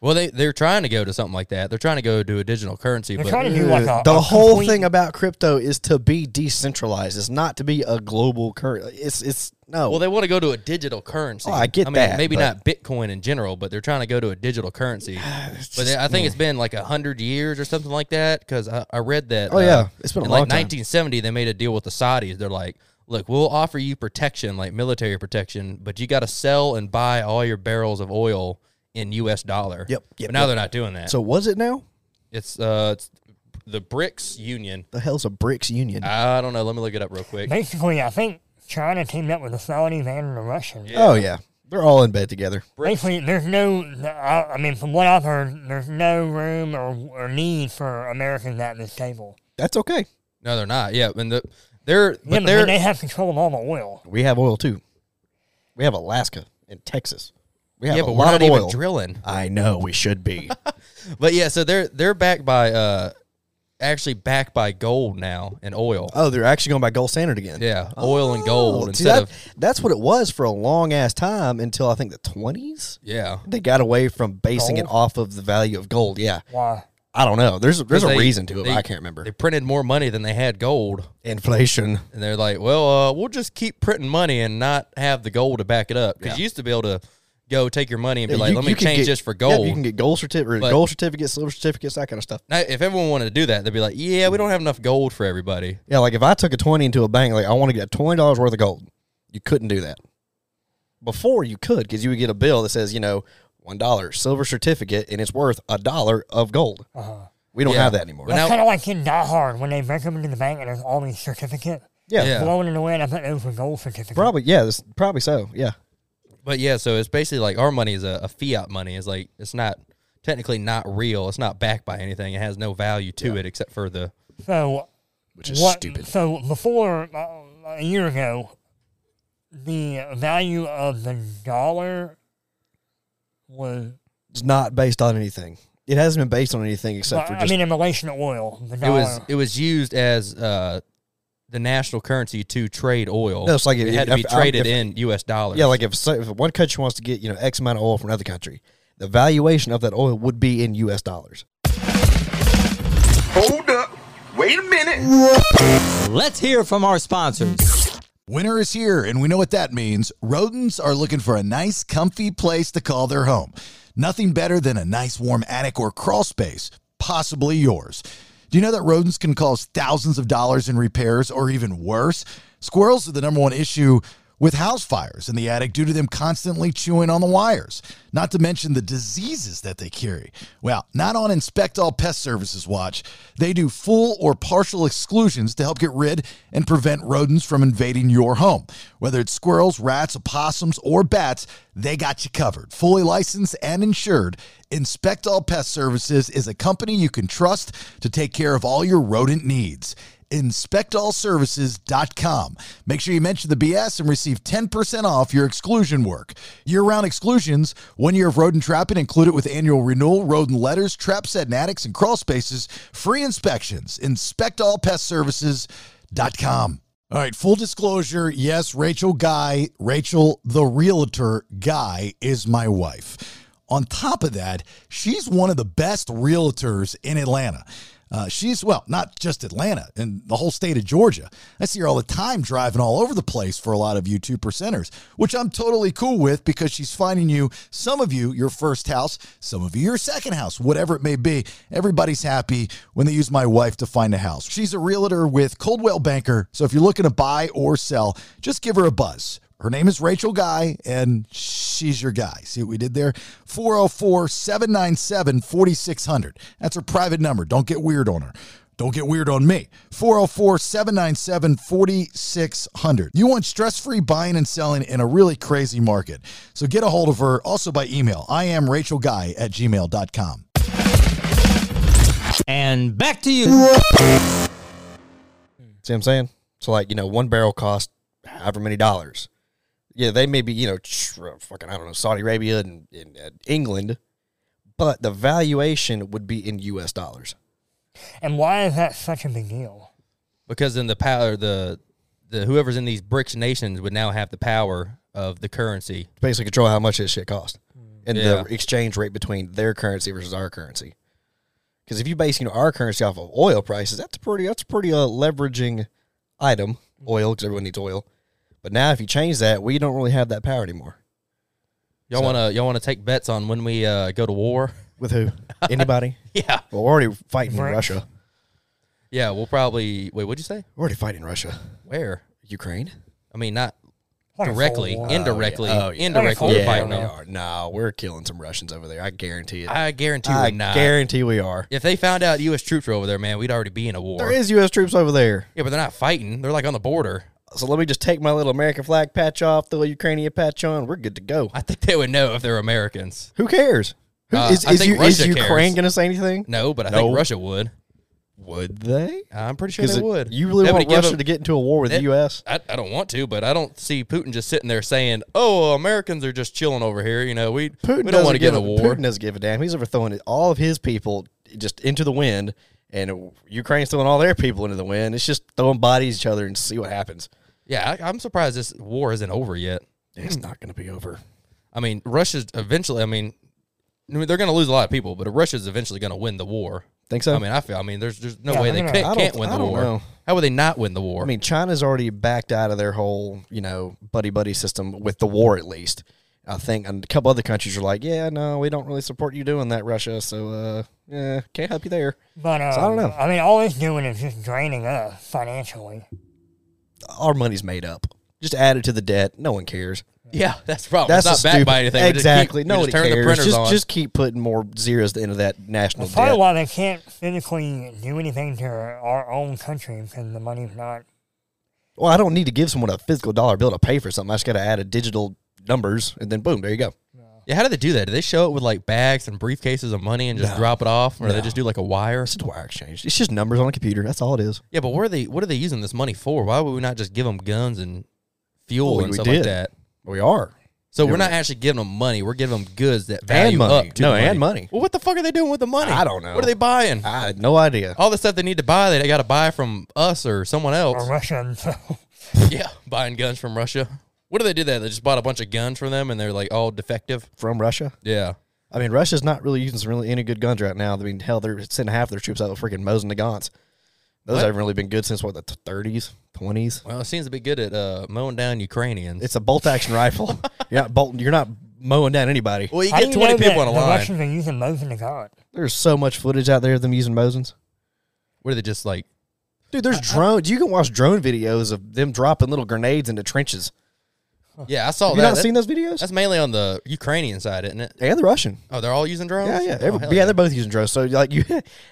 S7: Well, they they're trying to go to something like that. They're trying to go to a digital currency,
S8: They're
S7: but
S8: trying to do like a,
S9: the
S8: a
S9: whole
S8: complete-
S9: thing about crypto is to be decentralized. It's not to be a global currency. It's it's no.
S7: well, they want to go to a digital currency.
S9: Oh, I get
S7: I mean,
S9: that,
S7: Maybe
S9: but-
S7: not Bitcoin in general, but they're trying to go to a digital currency. but I think it's been like a hundred years or something like that. Because I, I read that. uh,
S9: Oh, yeah. It's been a
S7: in
S9: long
S7: like
S9: time.
S7: 1970. They made a deal with the Saudis. They're like, look, we'll offer you protection, like military protection, but you got to sell and buy all your barrels of oil in U.S. dollar.
S9: Yep, yep,
S7: but now
S9: yep.
S7: they're not doing that.
S9: so was it now?
S7: it's uh, it's the BRICS Union.
S9: The hell's a BRICS union?
S7: I don't know. Let me look it up real quick.
S8: Basically, I think China teamed up with the Saudis and the Russians.
S9: Oh yeah, they're all in bed together.
S8: Basically, there's no, I, I mean, from what I've heard, there's no room or, or need for Americans at this table.
S9: That's okay.
S7: No, they're not. Yeah, and the, they're
S8: Yeah,
S7: but
S8: but
S7: they're
S8: then they have control of all the oil.
S9: We have oil too. We have Alaska and Texas. We have
S7: yeah,
S9: a
S7: but we're
S9: lot
S7: not
S9: of
S7: even
S9: oil.
S7: drilling.
S9: I know we should be.
S7: But yeah, so they're they're backed by uh actually backed by gold now and oil.
S9: oh, they're actually going by gold standard again.
S7: Yeah, oil and gold
S9: Oh, see,
S7: instead
S9: that-
S7: of
S9: that's what it was for a long ass time until I think the twenties.
S7: yeah.
S9: They got away from basing it
S8: Gold?
S9: off of the value of gold. Yeah,
S8: Why?
S9: I don't know. There's there's a
S7: They-
S9: reason to it.
S7: they-
S9: but I can't remember.
S7: They printed more money than they had gold,
S9: Inflation.
S7: and they're like, "Well, uh, we'll just keep printing money and not have the gold to back it up." Because
S9: Yeah.
S7: you used to be able to go take your money and be
S9: Yeah,
S7: like,
S9: you-
S7: "Let me
S9: you can
S7: change
S9: get-
S7: this for
S9: yeah,
S7: gold."
S9: you can get gold certificate,
S7: But-
S9: gold certificates, silver certificates, that kind of stuff.
S7: now, if everyone wanted to do that, they'd be like, "Yeah, we don't have enough gold for everybody."
S9: Yeah, like if I took a twenty into a bank, like I want to get twenty dollars worth of gold, you couldn't do that. Before you could, because you would get a bill that says, you know, one dollar silver certificate, and it's worth a dollar of gold.
S8: Uh-huh.
S9: We don't
S7: Yeah.
S9: have that anymore.
S7: But now-
S8: That's kind of like in Die Hard when they break them into the bank and there's all these certificates
S9: yeah,
S7: Yeah.
S8: blowing in the wind. I bet those were gold certificates.
S9: probably. Yeah, this, probably so. Yeah,
S7: But yeah, so it's basically like our money is a, a fiat money. It's like it's not technically not real. It's not backed by anything. It has no value to it except for the
S8: So
S9: which is
S8: what,
S9: stupid.
S8: So before uh, a year ago, the value of the dollar was.
S9: It's not based on anything. It hasn't been based on anything except for
S8: I
S9: just
S8: mean, in relation to oil, the
S7: it
S8: dollar.
S7: was it was used as uh, the national currency to trade oil.
S9: No, it's like
S7: it,
S9: if-
S7: had to be
S9: if-
S7: traded
S9: if-
S7: in U.S. dollars.
S9: yeah. Like if, so- if one country wants to get you know X amount of oil from another country, the valuation of that oil would be in U.S. dollars.
S2: Hold up. Wait a minute.
S1: Let's hear from our sponsors.
S4: Winter is here, and we know what that means. Rodents are looking for a nice, comfy place to call their home. Nothing better than a nice, warm attic or crawl space, possibly yours. Do you know that rodents can cause thousands of dollars in repairs or even worse? Squirrels are the number one issue with house fires in the attic due to them constantly chewing on the wires, not to mention the diseases that they carry. Well, not on Inspect All Pest Services Watch. They do full or partial exclusions to help get rid and prevent rodents from invading your home. Whether it's squirrels, rats, opossums, or bats, they got you covered. Fully licensed and insured, Inspect All Pest Services is a company you can trust to take care of all your rodent needs inspectallservices.com. Make sure you mention the BS and receive 10% off your exclusion work. Year round exclusions, one year of rodent trapping included with annual renewal, rodent letters, trap set and attics and crawl spaces, free inspections. Inspectallpestservices.com. All right, full disclosure. Yes, Rachel Guy, Rachel the realtor guy is my wife. On top of that, she's one of the best realtors in Atlanta. Uh, she's, well, not just Atlanta, in the whole state of Georgia. I see her all the time driving all over the place for a lot of you two percenters, which I'm totally cool with because she's finding you, some of you, your first house, some of you, your second house, whatever it may be. Everybody's happy when they use my wife to find a house. She's a realtor with Coldwell Banker. So if you're looking to buy or sell, just give her a buzz. Her name is Rachel Guy, and she's your guy. See what we did there? 404 797 4600. That's her private number. Don't get weird on her. Don't get weird on me. 404 797 4600. You want stress free buying and selling in a really crazy market. So get a hold of her also by email. I am Rachel Guy at gmail.com.
S1: And back to you.
S9: See what I'm saying? So like, you know, one barrel cost however many dollars. Yeah, they may be, you know, ch- fucking, I don't know, Saudi Arabia and, and uh, England, but the valuation would be in U.S. dollars.
S8: And why is that such a big deal?
S7: because then the power the the whoever's in these BRICS nations would now have the power of the currency.
S9: To basically control how much this shit costs and
S7: Yeah.
S9: the exchange rate between their currency versus our currency. Because if you base, you know, our currency off of oil prices, that's a pretty, that's a pretty uh, leveraging item,
S7: Mm-hmm.
S9: oil, because everyone needs oil. But now if you change that, we don't really have that power anymore.
S7: Y'all want to y'all want to take bets on when we uh, go to war?
S9: With who? Anybody?
S7: Yeah,
S9: Well, we're already fighting
S8: Right.
S9: Russia.
S7: yeah. We'll probably wait. What'd you say?
S9: We're already fighting Russia.
S7: Where?
S9: Ukraine?
S7: I mean, not
S8: Like a
S7: directly,
S8: full war.
S7: indirectly,
S9: Oh, yeah. Oh, yeah.
S7: indirectly.
S8: Like a
S7: we're
S8: full
S7: fighting
S9: we
S7: them.
S9: are. No, we're killing some Russians over there. I guarantee it.
S7: I guarantee
S9: I
S7: we not.
S9: guarantee we are.
S7: if they found out U.S. troops were over there, man, we'd already be in a war.
S9: There is U.S. troops over there.
S7: Yeah, but they're not fighting. They're like on the border.
S9: So let me just take my little American flag patch off, the little Ukrainian patch on. We're good to go.
S7: I think they would know if they're Americans.
S9: Who cares? Who,
S7: Uh,
S9: is
S7: I
S9: is,
S7: think
S9: you, is
S7: Russia cares.
S9: Ukraine going to say anything?
S7: No, but I
S9: No.
S7: think Russia would.
S9: Would they?
S7: I'm pretty sure
S9: 'Cause
S7: they
S9: it-
S7: would.
S9: You really
S7: They would
S9: want
S7: give
S9: Russia
S7: them-
S9: to get into a war with
S7: It-
S9: the U.S.?
S7: I, I don't want to, but I don't see Putin just sitting there saying, "Oh, Americans are just chilling over here." You know, we
S9: Putin
S7: we don't
S9: doesn't
S7: want to get
S9: give
S7: in a war.
S9: Putin doesn't give a damn. He's overthrowing all of his people just into the wind, and Ukraine's throwing all their people into the wind. It's just throwing bodies at each other and see what happens.
S7: Yeah, I, I'm surprised this war isn't over yet.
S9: It's
S7: Hmm.
S9: not going to be over.
S7: I mean, Russia's eventually. I mean, I mean, they're going to lose a lot of people, but Russia's eventually going to win the war.
S9: Think so?
S7: I mean, I feel. I mean, there's there's no
S8: Yeah,
S7: way
S8: I
S7: they
S8: don't-
S7: can't,
S9: I don't-
S7: can't win
S9: I
S7: the
S9: don't
S7: war.
S9: know.
S7: How would they not win the war?
S9: I mean, China's already backed out of their whole, you know, buddy buddy system with the war, at least. I think and a couple other countries are like, yeah, no, we don't really support you doing that, Russia. So, uh, yeah, can't help you there.
S8: But um,
S9: So I don't know.
S8: I mean, all it's doing is just draining us financially.
S9: Our money's made up. Just add it to the debt. No one cares.
S7: yeah, that's the problem.
S9: That's
S7: That's Oh, it's
S9: a
S7: not backed
S9: stupid,
S7: by anything. We just keep-
S9: Exactly.
S7: we
S9: No one
S7: just turn the
S9: cares.
S7: printers
S9: Just,
S7: on.
S9: just keep putting more zeros into that national
S8: That's probably
S9: debt.
S8: why they can't physically do anything to our own country because the money's not.
S9: Well, I don't need to give someone a physical dollar bill to pay for something. I just got to add a digital numbers, and then boom, there you go.
S7: yeah, how do they do that? Do they show it with like bags and briefcases of money and just drop it off, or they just do like a wire?
S9: It's just a wire exchange. It's just numbers on a computer. That's all it is.
S7: Yeah, but what are they? What are they using this money for? Why would we not just give them guns and fuel
S9: Well,
S7: and
S9: Oh, we
S7: stuff
S9: did.
S7: like that?
S9: We are.
S7: So we're not actually giving them money. We're giving them goods that value
S9: money.
S7: up to
S9: No,
S7: the
S9: and money.
S7: Well, what the fuck are they doing with the money?
S9: I don't know.
S7: What are they buying?
S9: I had no idea.
S7: All the stuff they need to buy, they got to buy from us or someone
S8: Or
S7: else.
S8: Russian, so
S7: yeah, buying guns from Russia. What do they do that? They just bought a bunch of guns from them, and they're like all defective.
S9: From Russia?
S7: Yeah.
S9: I mean, Russia's not really using some really any good guns right now. I mean, hell, they're sending half their troops out with freaking Mosin Nagants. Those
S7: What?
S9: haven't really been good since what the thirties, twenties.
S7: Well, it seems to be good at uh, mowing down Ukrainians.
S9: It's a bolt action rifle. You're not bolting. You're not mowing down anybody.
S7: well, you
S8: How do
S7: get
S8: you
S7: twenty
S8: know
S7: people on
S8: that
S7: a
S8: the
S7: line.
S8: Russians are using Mosin to God.
S9: There's so much footage out there of them using Mosins.
S7: What are they just like?
S9: Dude, there's drones. You can watch drone videos of them dropping little grenades into trenches.
S7: Yeah, I saw
S9: Have
S7: that.
S9: you not
S7: That-
S9: seen those videos?
S7: That's mainly on the Ukrainian side, isn't it?
S9: And the Russian.
S7: Oh, they're all using drones.
S9: Yeah, yeah,
S7: Oh,
S9: every,
S7: hell
S9: yeah, They're both using drones. So like you,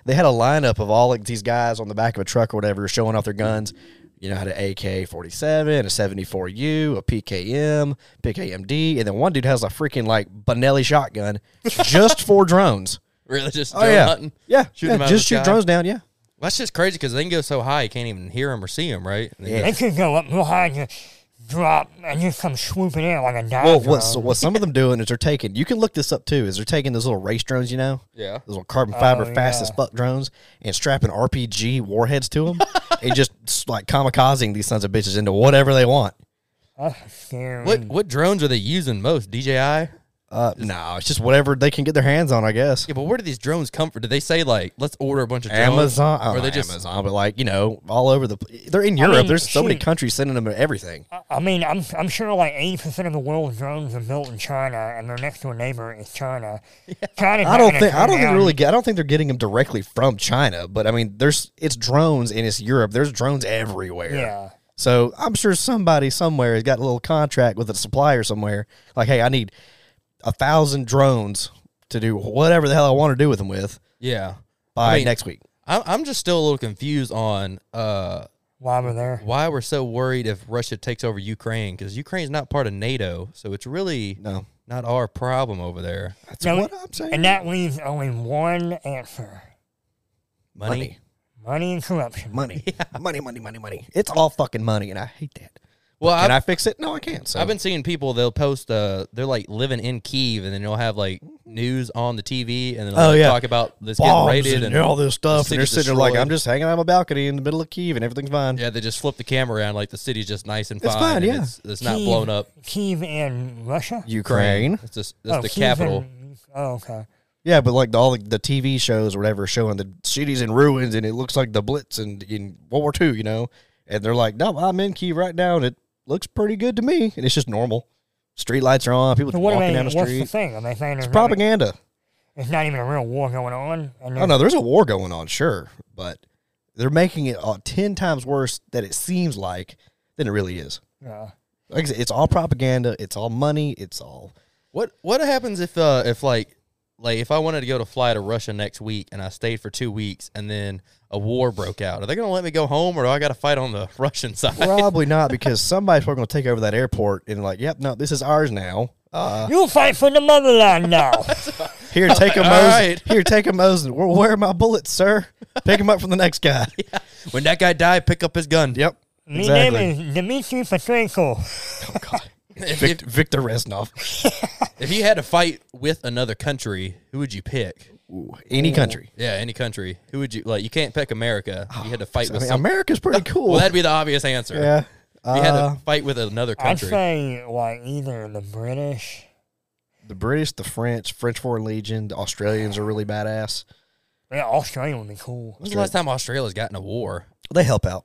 S9: they had a lineup of all like these guys on the back of a truck or whatever, showing off their guns. You know, had an AK forty seven, a seventy four U, a PKM, PKMD, and then one dude has a freaking like Benelli shotgun just for drones.
S7: Really, just
S9: Oh
S7: drone
S9: yeah,
S7: hunting.
S9: yeah,
S7: Shoot
S9: yeah,
S7: 'em out of
S9: just
S7: the
S9: shoot
S7: sky?
S9: drones down. Yeah,
S7: That's just crazy because they can go so high you can't even hear them or see them, right? And they
S9: Yeah.
S8: They could go up real high and just drop and just come swooping in like a dive.
S9: Well,
S8: drone.
S9: what so what some of them doing is they're taking. You can look this up too. Is they're taking those little race drones, you know,
S7: Yeah.
S9: those little carbon fiber
S8: Oh,
S9: fast
S8: yeah.
S9: as fuck drones, and strapping RPG warheads to them, and just s- like kamikazing these sons of bitches into whatever they want.
S8: That's scary.
S7: What what drones are they using most? DJI. Yeah,
S9: Uh, no, it's just whatever they can get their hands on, I guess.
S7: but where do these drones come from? Did they say like, let's order a bunch of drones?
S9: Amazon, or
S7: Or they
S9: not
S7: just
S9: Amazon, but like you know, all over the. pl- They're in Europe.
S8: mean,
S9: There's so many
S8: shoot.
S9: countries sending them everything.
S8: I- I mean, I'm I'm sure like eighty percent of the world's drones are built in China, and their next door neighbor is China. China.
S9: I don't think I don't think they really get, I don't think they're getting them directly from China, but I mean there's it's drones and it's Europe. There's drones everywhere.
S8: Yeah.
S9: So I'm sure somebody somewhere has got a little contract with a supplier somewhere. Like, hey, I need a thousand drones to do whatever the hell I want to do with them with
S7: yeah.
S9: by
S7: I mean,
S9: next week.
S7: I'm I'm just still a little confused on uh
S8: While we're there,
S7: why we're so worried if Russia takes over Ukraine because Ukraine's not part of NATO, so it's really
S9: No.
S7: not our problem over there.
S9: That's
S8: No,
S9: what I'm saying.
S8: and that leaves only one answer:
S7: Money.
S9: Money.
S8: money and corruption.
S9: money. Money, money, money, money. It's all fucking money, and I hate that.
S7: Well,
S9: Can
S7: I've,
S9: I fix it? No, I can't. So
S7: I've been seeing people. They'll post. Uh, they're like living in Kiev, and then they'll have like news on the TV, and then they'll
S9: Oh,
S7: like,
S9: yeah.
S7: talk about this getting
S9: bombs
S7: raided
S9: and, all this stuff.
S7: the
S9: And they're
S7: city's
S9: sitting there like,
S7: destroyed.
S9: I'm just hanging out on my balcony in the middle of Kiev, and everything's fine.
S7: Yeah, they just flip the camera around like the city's just nice and fine.
S9: It's fine,
S7: and
S9: yeah.
S7: it's, it's not blown up.
S8: Kiev in Russia?
S9: Ukraine.
S7: It's just it's
S8: Oh,
S7: the
S8: Kiev
S7: capital.
S8: in- oh, okay.
S9: Yeah, but like the, all the, the TV shows, or whatever, showing the cities in ruins, and it looks like the Blitz and in World War II, you know. And they're like, "No, I'm in Kiev right now, and it looks pretty good to me." And it's just normal. Street lights are on. People
S8: So what
S9: walking
S8: are they,
S9: down the
S8: what's the
S9: street.
S8: thing? Are they saying there's, not,
S9: Propaganda.
S8: there's not even a real war going on? And
S9: Oh no, there's a war going on, sure, but they're making it uh, ten times worse than it seems like than it really is.
S8: Yeah.
S9: Like I said, it's all propaganda. It's all money. It's all
S7: What what happens if uh if like like if I wanted to go to fly to Russia next week and I stayed for two weeks and then a war broke out, are they gonna let me go home or do I gotta fight on the Russian side?
S9: probably not because somebody's probably going to take over that airport and like, yep, no, this is ours now. Uh,
S8: You'll fight for the motherland now.
S9: here, take a
S7: All
S9: Mosin.
S7: right.
S9: Here, take a Mosin. Where, where are my bullets, sir? Pick them up from the next guy.
S7: when that guy died, pick up his gun.
S9: Yep,
S8: My
S9: exactly.
S8: name is Dmitry Petrenko.
S7: If,
S9: Vic-
S7: if,
S9: Victor Reznov.
S7: if you had to fight with another country, who would you pick?
S9: Any country.
S7: Yeah, any country. Who would you like? You can't pick America. If you had to fight
S9: I
S7: with.
S9: mean,
S7: some-
S9: America's pretty cool.
S7: well, that'd be the obvious answer.
S9: yeah.
S7: If you had
S9: Uh,
S7: to fight with another
S8: I'd
S7: country.
S8: say, like, either the British.
S9: the British, the French, French Foreign Legion, the Australians are really badass.
S8: Yeah, Australia would be cool.
S7: When's the last time Australia's gotten a war?
S9: They help out.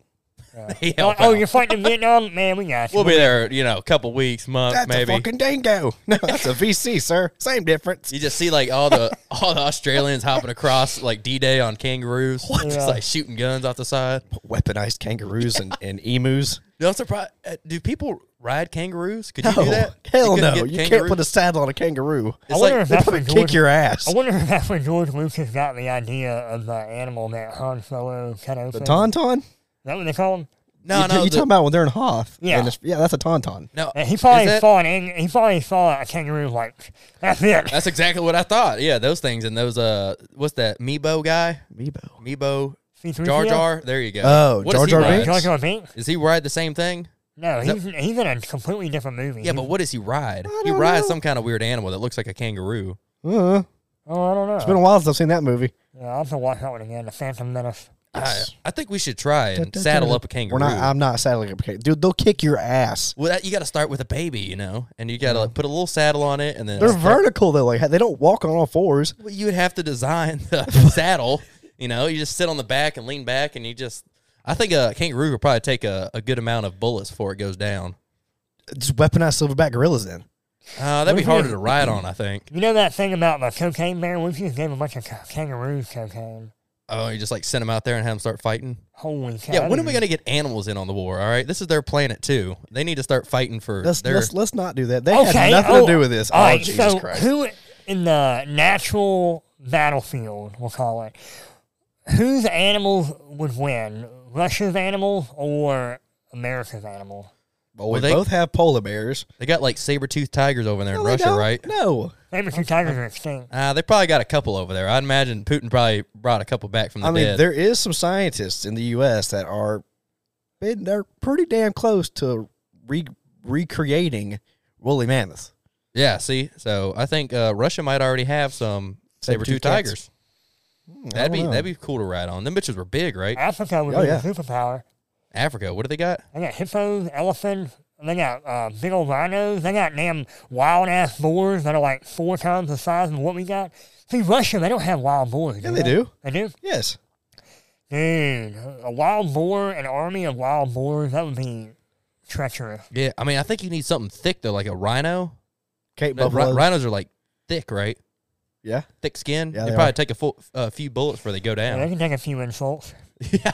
S7: They
S8: Oh,
S7: help
S8: oh,
S7: out.
S8: you're fighting in Vietnam? Man, we got you.
S7: We'll be there, you know, a couple weeks, month,
S9: That's
S7: maybe.
S9: a fucking dingo. No, that's a VC, sir. Same difference.
S7: You just see like all the all the Australians hopping across like D Day on kangaroos, just
S8: Yeah.
S7: like shooting guns off the side.
S9: Weaponized kangaroos and, and emus.
S7: Dude, I'm surprised. uh, Do people ride kangaroos? Could you do
S9: No.
S7: that?
S9: Hell
S7: couldn't
S9: no.
S7: get
S9: You can't
S7: kangaroo-
S9: put a saddle on a kangaroo.
S8: I
S7: It's
S8: wonder
S7: like
S8: if
S9: They
S8: that's where
S9: probably
S8: George,
S9: kick your ass.
S8: I wonder if that's where George Lucas got the idea of the animal that Han Solo cut open.
S9: The tauntaun?
S8: Is that what they call him?
S7: no,
S9: you,
S7: no.
S9: You
S7: the-
S9: talking about when they're in Hoth?
S8: Yeah.
S9: and it's- yeah, that's a tauntaun.
S7: no
S8: Yeah, he
S7: is
S8: probably
S7: that-
S8: saw an ang- he probably saw a kangaroo like that's it.
S7: That's exactly what I thought. Yeah, those things and those uh, what's that Meebo guy?
S9: Meebo.
S7: Meebo
S8: C-3PO?
S7: Jar Jar. There you go.
S9: Oh,
S7: What does
S9: Jar
S7: he
S9: Jar
S7: ride?
S9: Binks?
S8: Jar Jar Binks?
S7: Does he ride the same thing?
S8: No,
S7: Is that-
S8: he's, he's in a completely different movie.
S7: Yeah, but
S8: He's-
S7: what does he ride? He rides some kind of weird animal that looks like a kangaroo.
S9: Uh,
S8: oh, I don't know.
S9: it's been a while since I've seen that movie.
S8: yeah, I'll have to watch that one again. The Phantom Menace.
S7: I, I think we should try and saddle up a kangaroo.
S9: We're not. I'm not saddling up a kangaroo. Dude, they'll kick your ass.
S7: Well, that, you got to start with a baby, you know, and you got to like, put a little saddle on it, and then
S9: They're vertical though. Like they don't walk on all fours.
S7: Well, you would have to design the saddle. You know, you just sit on the back and lean back, and you just. I think a kangaroo would probably take a, a good amount of bullets before it goes down.
S9: Just weaponized silverback gorillas. Then
S7: Uh, that'd be
S8: if
S7: harder
S8: we-
S7: to ride on, I think.
S8: You know that thing about the cocaine bear? We just gave a bunch of ca- kangaroos cocaine.
S7: Oh, you just like send them out there and have them start fighting.
S8: Holy cow!
S7: Yeah, when are we gonna get animals in on the war? All right, this is their planet too. They need to start fighting for
S9: let's
S7: their.
S9: let's, let's not do that. They
S8: Okay.
S9: had nothing
S8: oh,
S9: to do with this.
S8: all
S9: oh
S8: right,
S9: Jesus
S8: so
S9: Christ!
S8: who in the natural battlefield, we'll call it, whose animals would win? Russia's animals or America's animal?
S9: Well, we
S7: Well, they-
S9: both have polar bears.
S7: they got like saber toothed tigers over there in
S9: No, they
S7: Russia,
S9: don't.
S7: right?
S9: No,
S8: Saber-tooth tigers are extinct.
S7: Uh, they probably got a couple over there. I'd imagine Putin probably brought a couple back from the
S9: I mean
S7: dead.
S9: there is some scientists in the U.S. that are, been, they're pretty damn close to re, recreating woolly mammoths.
S7: yeah, see, so I think uh, Russia might already have some saber
S9: Saber-toothed
S7: toothed
S9: cats. Hmm,
S7: tigers. that'd be
S9: know.
S7: that'd be cool to ride on. Them bitches were big, right?
S8: Africa would
S9: Oh,
S8: be
S9: yeah.
S8: a superpower.
S7: Africa, what do they got?
S8: They got hippos, elephants. They got uh, big old rhinos. They got damn wild ass boars that are like four times the size of what we got. See, Russia, they don't have wild boars.
S9: Yeah, they do.
S8: They do.
S9: Yes.
S8: Dude, a wild boar, an army of wild boars, that would be treacherous.
S7: Yeah, I mean, I think you need something thick though, like a rhino.
S9: Cape
S7: No,
S9: buffalo.
S7: rhi- rhinos are like thick, right?
S9: Yeah.
S7: Thick skin.
S9: Yeah,
S7: they,
S9: they
S7: probably
S9: are.
S7: take a full, a few bullets before they go down.
S8: They can take a few insults.
S7: Yeah.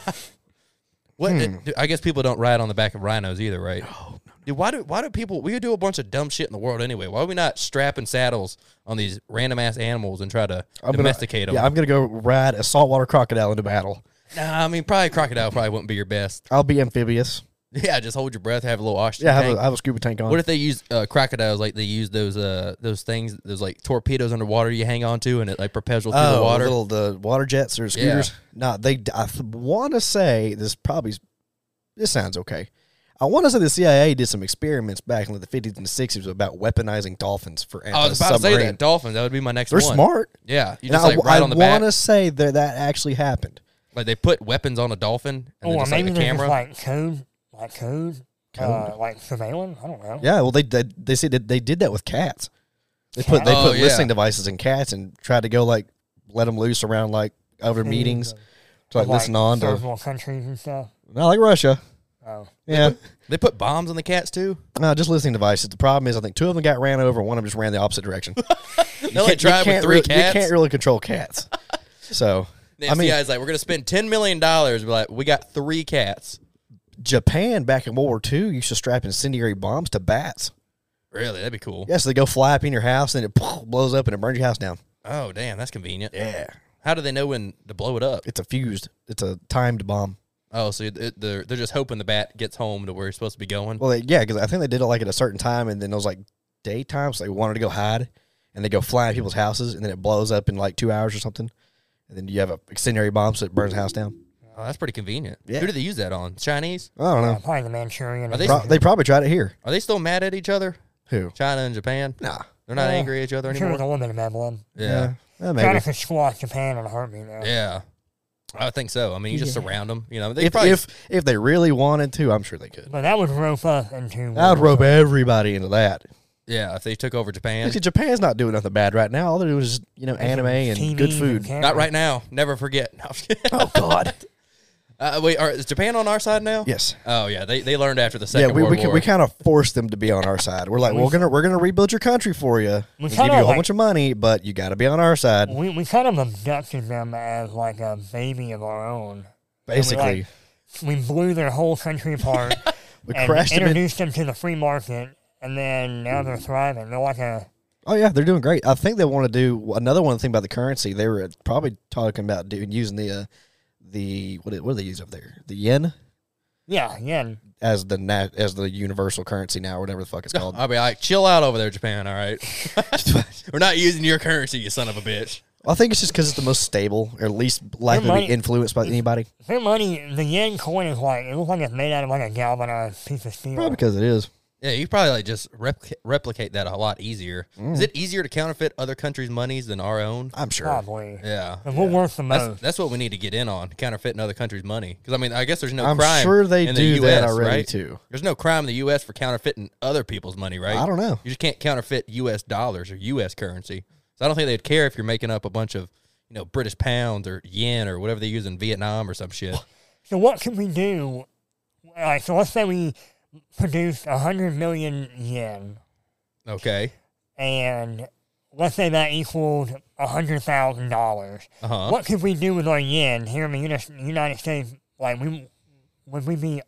S7: What?
S9: Hmm.
S7: dude, I guess people don't ride on the back of rhinos either, right? No. Dude, why do why do people? We do a bunch of dumb shit in the world anyway. Why are we not strapping saddles on these random ass animals and try to
S9: I'm gonna-
S7: domesticate
S9: Yeah,
S7: them?
S9: I'm gonna go ride a saltwater crocodile into battle.
S7: nah, I mean probably crocodile probably wouldn't be your best.
S9: I'll be amphibious.
S7: Yeah, just hold your breath, have a little oxygen.
S9: Yeah, I have,
S7: tank.
S9: a, I have a scuba tank on.
S7: what if they use uh, crocodiles like they use those uh those things those like torpedoes underwater you hang on to and it like propels you through
S9: oh,
S7: the water?
S9: little the water jets or scooters? No, they. I want to say this probably. This sounds okay. I want to say the CIA did some experiments back in the 50s and 60s about weaponizing dolphins for
S7: I was about to say
S9: anti-submarine.
S7: that dolphins. That would be my next
S9: uh, They're
S7: one.
S9: smart.
S7: Yeah, you
S9: And
S7: just
S9: I,
S7: like right
S9: I
S7: on the back.
S9: want to say that that actually happened.
S7: Like they put weapons on a dolphin and then
S8: or
S7: just
S8: maybe
S7: like a
S8: Oh, they're
S7: camera.
S8: just like code, like code, Uh, like surveillance. I don't know.
S9: Yeah, well, they they, they said that they did that with cats. They put they
S7: Oh,
S9: put
S7: yeah.
S9: listening devices in cats and tried to go like let them loose around like other meetings to like, listen on to
S8: several countries and stuff.
S9: not like Russia.
S8: Oh.
S9: Yeah,
S7: they put bombs on the cats too.
S9: no, just listening devices. The problem is, I think two of them got ran over, and one of them just ran the opposite direction.
S7: They like drive with three
S9: really,
S7: cats.
S9: You can't really control cats. So
S7: The
S9: I mean,
S7: FBI's like, we're gonna spend ten million dollars. We're like, we got three cats.
S9: Japan back in World War II used to strap incendiary bombs to bats.
S7: Really, that'd be cool.
S9: Yeah, so they go fly up in your house, and it blows up, and it burns your house down.
S7: Oh damn, that's convenient.
S9: Yeah,
S7: How do they know when to blow it up?
S9: it's a fused. It's a timed bomb.
S7: Oh, so it, it- they're they're just hoping the bat gets home to where he's supposed to be going.
S9: Well, they, yeah, because I think they did it like at a certain time, and then it was like daytime, so they wanted to go hide, and they go fly in people's houses, and then it blows up in like two hours or something, and then you have a incendiary bomb, so it burns the house down.
S7: Oh, that's pretty convenient.
S9: Yeah.
S7: Who do they use that on? Chinese?
S9: I don't
S8: Uh,
S9: know.
S8: probably the Manchurian.
S7: Are they-
S9: Pro- they probably tried it here.
S7: Are they still mad at each other?
S9: Who?
S7: China and Japan?
S9: Nah.
S7: They're not
S8: Yeah.
S7: angry at each other
S8: I'm sure
S7: anymore.
S8: there's a little bit of bad blood.
S7: Yeah.
S8: China
S9: Yeah, maybe.
S8: could squash Japan in a heartbeat. Though.
S7: yeah, I think so. I mean, you just surround them. You know, they
S9: If,
S7: probably
S9: if if they really wanted to, I'm sure they could.
S8: But that would rope us into.
S9: I'd rope everybody into that.
S7: yeah. If they took over Japan,
S9: Look, see, Japan's not doing nothing bad right now. All they're doing is you know anime and good
S8: TVs
S9: food.
S8: cameras.
S7: not right now. Never forget. No, I'm just kidding.
S9: Oh God.
S7: uh, wait, are, is Japan on our side now?
S9: Yes.
S7: Oh yeah, they, they learned after the
S9: Yeah,
S7: second
S9: we
S7: World
S9: we,
S7: War.
S9: we kind of forced them to be on our side. We're like, we're gonna we're gonna rebuild your country for you.
S8: We
S9: We'll give you
S8: kinda
S9: a whole
S8: like-
S9: bunch of money, but you got to be on our side.
S8: We, we kind of abducted them as like a baby of our own.
S9: Basically, we,
S8: like- We blew their whole country apart and
S9: crashed them. In.
S8: introduced them to the free market, and then now they're thriving. They're like a
S9: Oh yeah, they're doing great. I think they want to do another one thing about the currency. They were probably talking about doing using the uh, the what do- what do they use up there? The yen
S8: yeah yeah.
S9: as the nat- as the universal currency now, or whatever the fuck it's called.
S7: I'll be like, chill out over there, Japan. All right, we're not using your currency, you son of a bitch.
S9: I think it's just because it's the most stable, or least likely to
S8: money-
S9: be influenced by anybody.
S8: Their money, the yen coin is like it looks like it's made out of like a galvanized piece of steel.
S9: Probably because it is.
S7: Yeah, you probably like just replica- replicate that a lot easier.
S9: Mm.
S7: Is it easier to counterfeit other countries' monies than our own?
S9: I'm sure.
S8: Probably.
S7: Yeah,
S8: And we're worth the
S9: Oh.
S8: most.
S7: that's that's what we need to get in on counterfeiting other countries' money. Because I mean, I guess there's no
S9: I'm
S7: crime.
S9: sure they
S7: in
S9: do
S7: the US,
S9: that already,
S7: right?
S9: too.
S7: There's no crime in the U.S. for counterfeiting other people's money, right?
S9: I don't know.
S7: You just can't counterfeit U.S. dollars or U.S. currency. So I don't think they'd care if you're making up a bunch of you know British pounds or yen or whatever they use in Vietnam or some shit.
S8: So what can we do? Like, so let's say we produce a hundred million yen,
S7: Okay.
S8: and let's say that equaled a hundred thousand dollars.
S7: Uh-huh.
S8: What could we do with our yen here in the Uni- United States? Like, we would we be?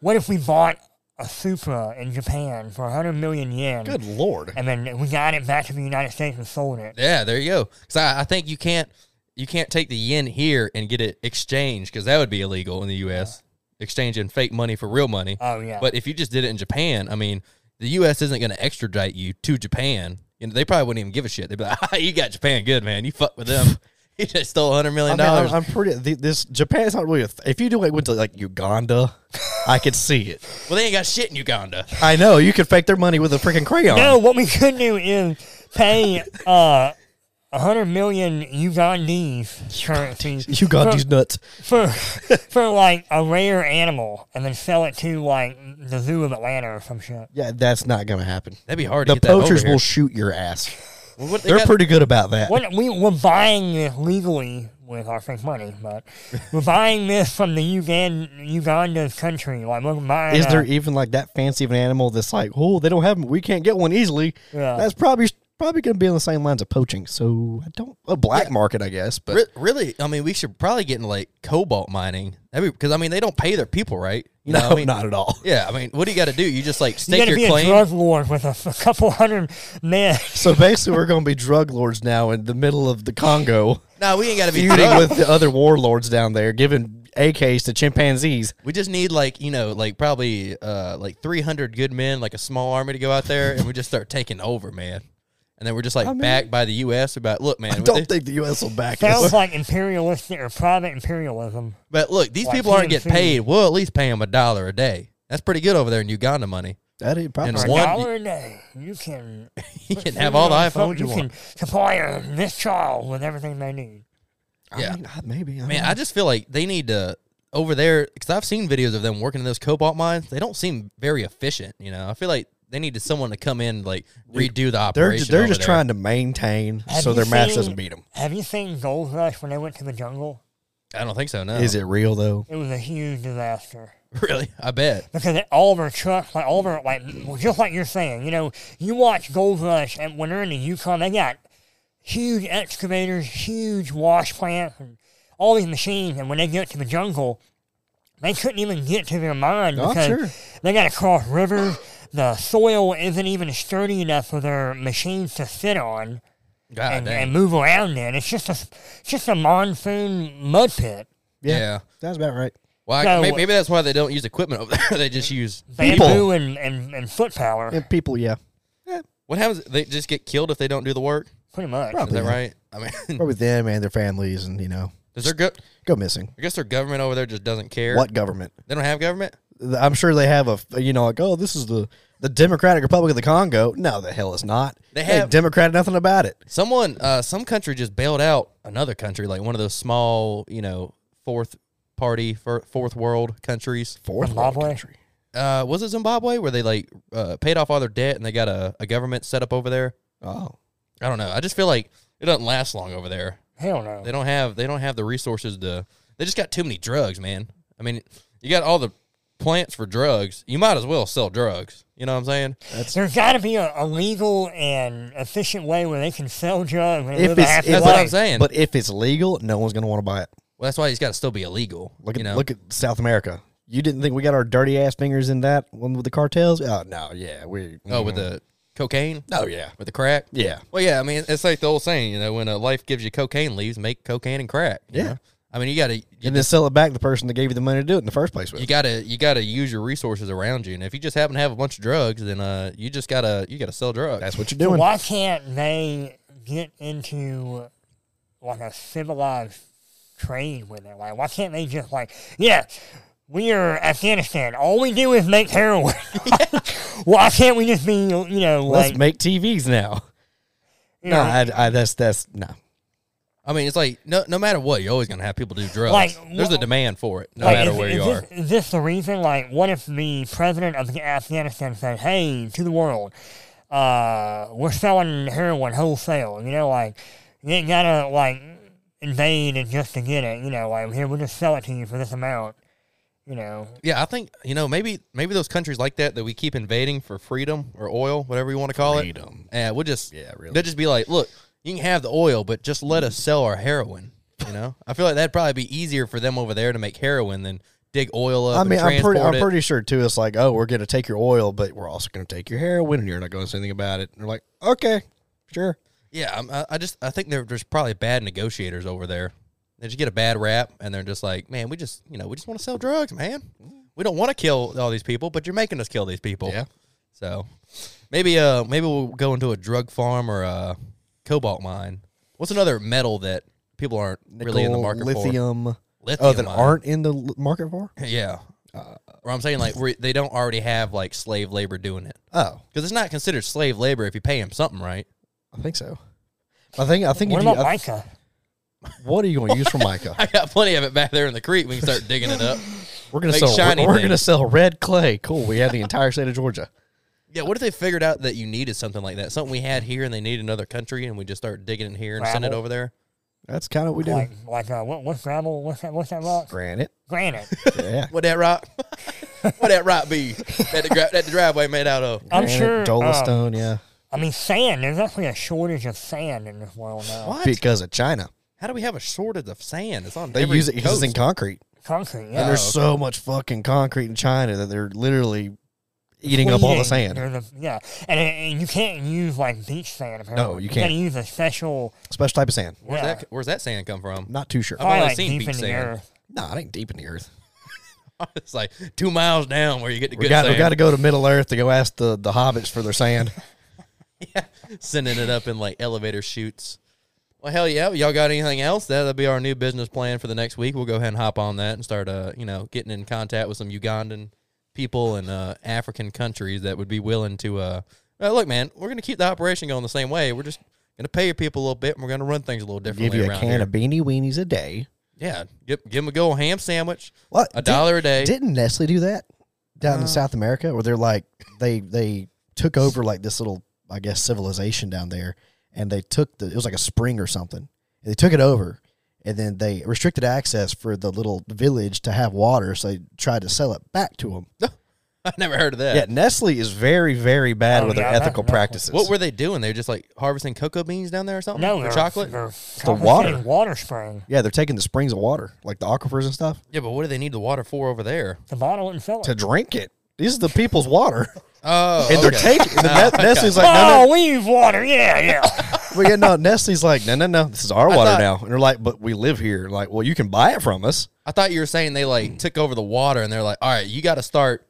S8: What if we bought a Supra in Japan for a hundred million yen?
S9: Good lord.
S8: And then we got it back to the United States and sold it.
S7: Yeah, there you go. Because I, I think you can't you can't take the yen here and get it exchanged because that would be illegal in the U.S. Exchanging fake money for real money.
S8: Oh yeah.
S7: But if you just did it in Japan, I mean, the U.S. isn't going to extradite you to Japan. You know, they probably wouldn't even give a shit. They'd be like, ah, "You got Japan good, man. You fuck with them. you just stole hundred
S9: I
S7: million
S9: mean,
S7: dollars."
S9: I'm, I'm pretty. th- This Japan's not really. A th- if you do like went to like Uganda, I could see it.
S7: well, they ain't got shit in Uganda.
S9: I know you could fake their money with a freaking crayon.
S8: No, what we could do is pay uh, a hundred million Ugandese currency
S9: You got these nuts.
S8: for for like a rare animal, and then sell it to like the zoo of Atlanta or some shit.
S9: Yeah, that's not gonna happen.
S7: That'd be hard.
S9: The
S7: to get that over
S9: poachers
S7: here.
S9: will shoot your ass.
S7: Well, what they
S9: They're
S7: got-
S9: pretty good about that.
S8: What we we're buying this legally with our fake money, but we're buying this from the Ugan Uganda's country. Like we're buying.
S9: Is
S8: a-
S9: there even like that fancy of an animal that's like, oh, they don't have them. We can't get one easily.
S8: Yeah.
S9: That's probably probably going to be on the same lines of poaching. So I don't a black market, I guess. But
S7: Re- really, I mean, we should probably get into like cobalt mining. Because I mean, they don't pay their people, right? You
S9: no,
S7: I mean,
S9: not at all.
S7: Yeah, I mean, what do you got to do? You just like
S8: you
S7: stake
S8: gotta
S7: your
S8: be
S7: claim.
S8: a drug lord with a, a couple hundred men.
S9: So basically, we're going to be drug lords now in the middle of the Congo,
S7: No, we ain't got to be
S9: feuding
S7: drug.
S9: with the other warlords down there, giving AKs to chimpanzees.
S7: We just need like you know, like probably uh like three hundred good men, like a small army to go out there, and we just start taking over, man. And then we're just like backed by the U.S. About look, man.
S9: I
S7: with
S9: don't
S7: thi-
S9: think the U.S. will back
S8: Sounds
S9: us.
S8: like imperialistic or private imperialism.
S7: but look, these
S8: Like
S7: people aren't getting
S8: TNC.
S7: paid. We'll at least pay them a dollar a day. That's pretty good over there in Uganda money.
S9: That ain't probably.
S7: And
S8: For a
S7: one-
S8: dollar a day, you can
S7: You can have all the iPhones you
S8: you can
S7: want.
S8: supply uh, this child with everything they need.
S7: Yeah.
S9: I mean, I- maybe. I
S7: Man,
S9: mean,
S7: I just feel like they need to over there because I've seen videos of them working in those cobalt mines. They don't seem very efficient. You know, I feel like they need to someone to come in and, like redo the
S9: they're
S7: operation.
S9: just, they're
S7: over
S9: just
S7: there.
S9: trying to maintain
S8: Have
S9: so
S8: you
S9: their match
S8: seen-
S9: doesn't beat them.
S8: Have you seen Gold Rush when they went to the jungle?
S7: I don't think so. No,
S9: Is it real though?
S8: It was a huge disaster.
S7: really? I bet.
S8: because it, all of our trucks, like all of our, like well, just like you're saying, you know, you watch Gold Rush and when they're in the Yukon, they got huge excavators, huge wash plants, and all these machines. And when they get to the jungle, they couldn't even get to their mine
S9: Oh, I'm
S8: because
S9: sure.
S8: they got to cross rivers. The soil isn't even sturdy enough for their machines to sit on
S7: God
S8: and,
S7: damn.
S8: and move around. Then it's just a it's just a monsoon mud pit.
S7: Yeah.
S9: That's about right.
S7: Well, I-
S8: So-
S7: may- maybe that's why they don't use equipment over there. they just use
S9: People.
S8: Bamboo and, and, and foot power,
S9: And people, yeah,
S7: what happens. They just get killed if they don't do the work.
S8: pretty much.
S7: Is that
S9: Yeah.
S7: right? I mean,
S9: probably them and their families, and you know,
S7: does their go-
S9: go missing.
S7: I guess their government over there just doesn't care.
S9: What government?
S7: They don't have government.
S9: Th- I'm sure they have a f- you know like oh this is the the Democratic Republic of the Congo. No, the hell it's not.
S7: They
S9: They
S7: have-
S9: have Democrat nothing about it.
S7: Someone, uh, some country just bailed out another country, like one of those small, you know, fourth party, fir- fourth world countries.
S9: Fourth world
S8: Zimbabwe.
S9: country.
S7: Uh, was it Zimbabwe where they like uh, paid off all their debt and they got a, a government set up over there?
S9: Oh,
S7: I don't know. I just feel like it doesn't last long over there.
S8: Hell no.
S7: They don't have they don't have the resources to. They just got too many drugs, man. I mean, you got all the plants for drugs. You might as well sell drugs. You know what I'm saying?
S8: There's got to be a, a legal and efficient way where they can sell drugs. And
S9: if
S8: live a
S9: it's
S8: happy
S9: if
S7: That's what
S8: life.
S7: I'm saying.
S9: But if it's legal, no one's gonna want to buy it.
S7: Well, that's why it's got to still be illegal.
S9: Look at
S7: you know?
S9: look at South America. You didn't think we got our dirty ass fingers in that one with the cartels? Oh no, yeah, we.
S7: oh with the cocaine.
S9: Oh yeah,
S7: with the crack.
S9: yeah.
S7: Well, yeah. I mean, it's like the old saying, you know, when a life gives you cocaine leaves, make cocaine and crack. you
S9: Yeah.
S7: know? I mean, you gotta you,
S9: And then sell it back to the person that gave you the money to do it in the first place with.
S7: you gotta you gotta use your resources around you, and if you just happen to have a bunch of drugs, then uh, you just gotta you gotta sell drugs.
S9: That's what you're
S8: So
S9: doing.
S8: why can't they get into like a civilized trade with it? Like, why can't they just like, yeah, we are Afghanistan. All we do is make heroin. why can't we just be, you know,
S9: Let's
S8: like,
S9: make TVs now.
S8: you
S9: No,
S8: know,
S9: I, I, that's that's no.
S7: I mean, it's like no no matter what, you're always gonna have people do drugs.
S8: Like,
S7: There's a
S8: wha-
S7: demand for it, no
S8: Like,
S7: matter
S8: is,
S7: where
S8: is
S7: you
S8: this,
S7: are.
S8: Is this the reason? Like, what if the president of Afghanistan said, hey, to the world, uh, we're selling heroin wholesale? You know, like, you ain't gotta, like, invade it just to get it. You know, like, here, we'll just sell it to you for this amount. You know,
S7: Yeah, I think you know maybe maybe those countries like that that we keep invading for freedom or oil, whatever you want to call
S9: Freedom.
S7: it. Yeah, we'll just
S9: Yeah, really.
S7: They'll just be like, look, you can have the oil, but just let us sell our heroin. You know, I feel like that'd probably be easier for them over there to make heroin than dig oil up.
S9: I
S7: and
S9: mean, I'm pretty,
S7: transport
S9: I'm
S7: it.
S9: pretty sure too. It's like, oh, we're gonna take your oil, but we're also gonna take your heroin, and you're not going to say anything about it. And they're like, okay, sure.
S7: Yeah, I'm, I- I just I think they're just probably bad negotiators over there. They just get a bad rap, and they're just like, man, we just you know we just want to sell drugs, man. We don't want to kill all these people, but you're making us kill these people.
S9: Yeah.
S7: So maybe uh maybe we'll go into a drug farm or a cobalt mine. What's another metal that people aren't really in the
S9: Nickel,
S7: market
S9: lithium.
S7: for? Lithium.
S9: Oh, that
S7: mine.
S9: aren't in the l- market for?
S7: Yeah. Uh, or I'm saying like where they don't already have like slave labor doing it
S9: Oh,
S7: because it's not considered slave labor if you pay them something, right?
S9: I think so. I think I think.
S8: what
S9: if you-
S8: about
S9: I-
S8: Micah?
S9: What are you going to use for mica?
S7: I got plenty of it back there in the creek. We can start digging it up.
S9: We're gonna
S7: Make
S9: sell.
S7: shiny
S9: We're, we're
S7: things.
S9: gonna sell red clay. Cool. We have the entire state of Georgia.
S7: Yeah, what if they figured out that you needed something like that? Something we had here and they need another country and we just start digging in here and send it
S8: Gravel.
S7: over there?
S9: That's kind of what we do.
S8: Like, like, uh, what, what's gravel? What's that? What's that rock?
S9: Granite.
S8: Granite.
S9: Yeah.
S7: What that rock? what that rock be? That the, gra- that the driveway made out of?
S8: I'm
S9: Granite,
S8: sure.
S9: Dola
S8: um,
S9: stone. Yeah.
S8: I mean, sand. There's actually a shortage of sand in this world now.
S7: What?
S9: Because of China,
S7: How do we have a shortage of sand? It's on
S9: they
S7: every
S9: use it because
S7: coast.
S9: it's in concrete.
S8: Concrete. Yeah.
S9: And there's
S7: Oh,
S9: so much fucking concrete in China that they're literally eating up all the
S8: Cleaning.
S9: sand.
S8: There's a- yeah, and, and you can't use like beach sand. Apparently.
S9: No, you
S8: You gotta
S9: can't.
S8: use a special.
S9: Special type of sand.
S7: Where's,
S8: yeah,
S7: that, where's that sand come from?
S9: Not too sure.
S7: I've
S8: probably,
S7: only
S8: like,
S7: seen
S8: deep
S7: beach
S8: in the
S7: sand.
S8: earth.
S9: No, it ain't deep in the earth.
S7: It's like two miles down where you get the
S9: We
S7: good
S9: got, we
S7: sand.
S9: got to go to Middle Earth to go ask the, the hobbits for their sand.
S7: Sending it up in like elevator chutes. Well, hell yeah. Y'all got anything else? That'll be our new business plan for the next week. We'll go ahead and hop on that and start, uh, you know, getting in contact with some Ugandan people in uh, African countries that would be willing to, uh, "Oh, look, man, we're going to keep the operation going the same way. We're just going to pay your people a little bit and we're going to run things a little differently.
S9: Give you a
S7: around
S9: can
S7: here."
S9: of beanie weenies a day.
S7: Yeah, give, give them a go ham sandwich.
S9: What
S7: A dollar a day.
S9: Didn't Nestle do that down in South America, where they're like they they took over like this little I guess civilization down there, and they took the it was like a spring or something. And they took it over, and then they restricted access for the little village to have water, so they tried to sell it back to them.
S7: I never heard of that.
S9: Yeah, Nestle is very very bad
S8: Oh,
S9: with
S8: yeah,
S9: their
S8: that's
S9: ethical
S8: awful.
S9: practices.
S7: What were they doing? They were just like harvesting cocoa beans down there or something?
S8: No,
S7: Or
S8: they're,
S7: chocolate?
S8: They're
S9: the
S8: confiscating
S9: water.
S8: water spring.
S9: yeah, they're taking the springs of water, like the aquifers and stuff,
S7: yeah, but what do they need the water for over there?
S8: The bottle and fill it.
S9: to drink it. This is the people's water,
S7: Oh,
S9: and they're
S7: okay.
S9: taking. And the Ne- Nestle's like, no, no,
S8: oh, we use water. Yeah, yeah.
S9: But yeah, no, Nestle's like, no, no, no, this is our
S7: I
S9: water
S7: thought-
S9: now. And they're like, but we live here. Like, well, you can buy it from us.
S7: I thought you were saying they
S9: Hmm.
S7: like took over the water and they're like, all right, you got to start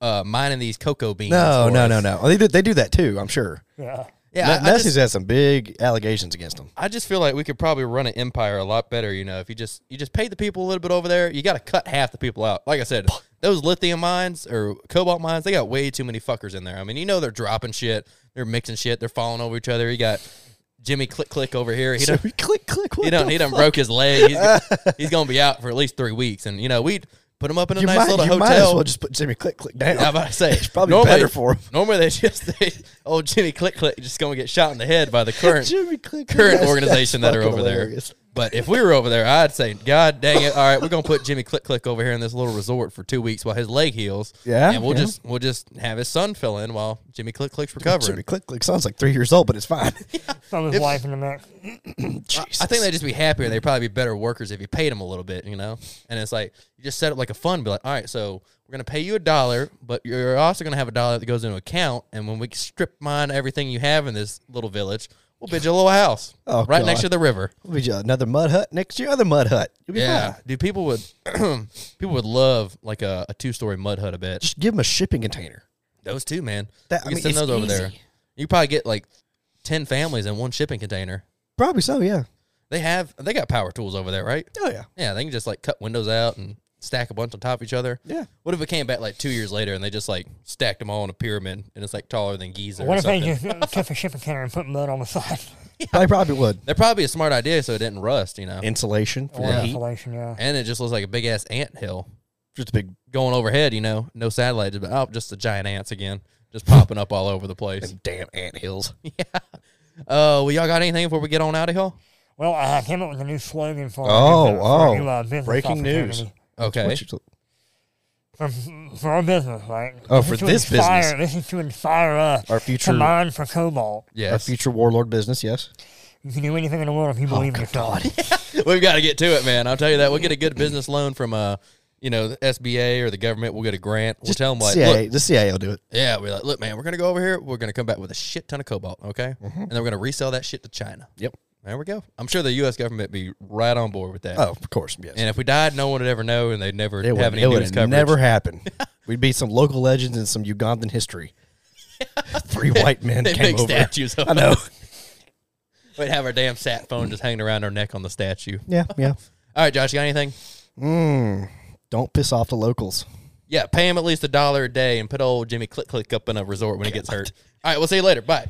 S7: uh, mining these cocoa beans.
S9: No,
S7: for
S9: no,
S7: us."
S9: no, no. They do, they do that too, I'm sure.
S8: yeah.
S7: Yeah,
S9: Ne-
S7: I, I
S9: Nestle's
S7: just,
S9: had some big allegations against them.
S7: I just feel like we could probably run an empire a lot better, you know, if you just you just pay the people a little bit over there. You got to cut half the people out. Like I said, those lithium mines or cobalt mines, they got way too many fuckers in there. I mean, you know, they're dropping shit, they're mixing shit, they're falling over each other. You got Jimmy Click Click over here. He don't,
S9: click, click. What
S7: he don't,
S9: the
S7: he done
S9: fuck?
S7: broke his leg. He's, go- he's gonna be out for at least three weeks, and you know we'd put him up in a
S9: You,
S7: nice
S9: might,
S7: little
S9: you
S7: hotel.
S9: might as well just put Jimmy Click Click down.
S7: I was about to say
S9: it's probably
S7: normally-
S9: better for him.
S7: Normally they just they, old Jimmy Click Click just gonna get shot in the head by the current
S9: Jimmy Click Click,
S7: current
S9: that's-
S7: organization
S9: that's
S7: that are
S9: fucking
S7: over
S9: hilarious.
S7: there. But if we were over there, I'd say, God dang it! All right, we're gonna put Jimmy Click Click over here in this little resort for two weeks while his leg heals.
S9: Yeah,
S7: and we'll
S9: yeah.
S7: just we'll just have his son fill in while Jimmy Click Click's recovering.
S9: Jimmy Click Click sounds like three years old, but it's fine.
S8: Throw his life in the mix.
S9: Jesus.
S7: I think they'd just be happier. They'd probably be better workers if you paid them a little bit, you know? And it's like, you just set up like a fund, be like, all right, so we're going to pay you a dollar, but you're also going to have a dollar that goes into an account. And when we strip mine everything you have in this little village, we'll build you a little house
S9: Oh,
S7: right
S9: God.
S7: next to the river.
S9: We'll be just another mud hut next year, other mud hut. You'll be
S7: Yeah.
S9: fine.
S7: Dude, people would people would love like a, a two story mud hut a bit.
S9: Just give them a shipping container.
S7: Those two, man. you
S9: That- I
S7: can
S9: mean,
S7: send
S9: it's
S7: those over there.
S9: easy.
S7: You probably get like 10 families in one shipping container.
S9: Probably so, yeah.
S7: They have, they got power tools over there, right?
S9: Oh, yeah.
S7: Yeah, they can just like cut windows out and stack a bunch on top of each other.
S9: Yeah.
S7: What if it came back like two years later and they just like stacked them all in a pyramid and it's like taller than Giza?
S8: What
S7: or
S8: if they
S7: something?
S8: just took a shipping container and put mud on the side?
S9: They probably would.
S7: They're probably a smart idea so it didn't rust, you know. And,
S9: Insulation for
S8: Or
S9: the heat.
S8: insulation, yeah.
S7: it just looks like a big ass ant hill
S9: Just a big
S7: going overhead, you know. No satellites, but oh, just the giant ants again, just popping up all over the place.
S9: damn ant hills.
S7: Uh, well, y'all got anything before we get on out of here?
S8: Well, I came up with a new slogan for
S9: Oh,
S8: our new, uh, for our
S9: oh.
S8: new, uh, business
S9: Breaking news.
S8: opportunity.
S7: Okay.
S8: For, for our business, right?
S9: Oh,
S8: is
S9: for
S8: to
S9: this
S8: inspire,
S9: business.
S8: This is to inspire us
S9: Our
S8: to
S9: future-
S8: mine for cobalt.
S7: Yes.
S9: Our future warlord business, yes.
S8: You can do anything in the world if you
S9: Oh,
S8: believe in yourself.
S7: We've got to get to it, man. I'll tell you that. We'll get a good business loan from uh, you know, the SBA or the government. We'll get a grant. We'll tell them like, look,
S9: CIA, the CIA will do it.
S7: Yeah, we're like, look, man, we're gonna go over here. We're gonna come back with a shit ton of cobalt, okay?
S9: Mm-hmm.
S7: And then we're gonna resell that shit to China.
S9: Yep.
S7: There we go. I'm sure the U.S. government be right on board with that.
S9: Oh, of course, yes.
S7: And if we died, no one would ever know, and they'd never
S9: it
S7: have
S9: would,
S7: any
S9: it
S7: news
S9: would
S7: coverage.
S9: never happen. We'd be some local legends and some Ugandan history. Three white men
S7: They
S9: came
S7: make
S9: over.
S7: statues. Of
S9: I know.
S7: us. We'd have our damn sat phone just hanging around our neck on the statue.
S9: Yeah, yeah.
S7: All right, Josh, you got anything?
S9: Mm, don't piss off the locals.
S7: Yeah, pay him at least a dollar a day and put old Jimmy Click Click up in a resort when he gets hurt. All right, we'll see you later. Bye.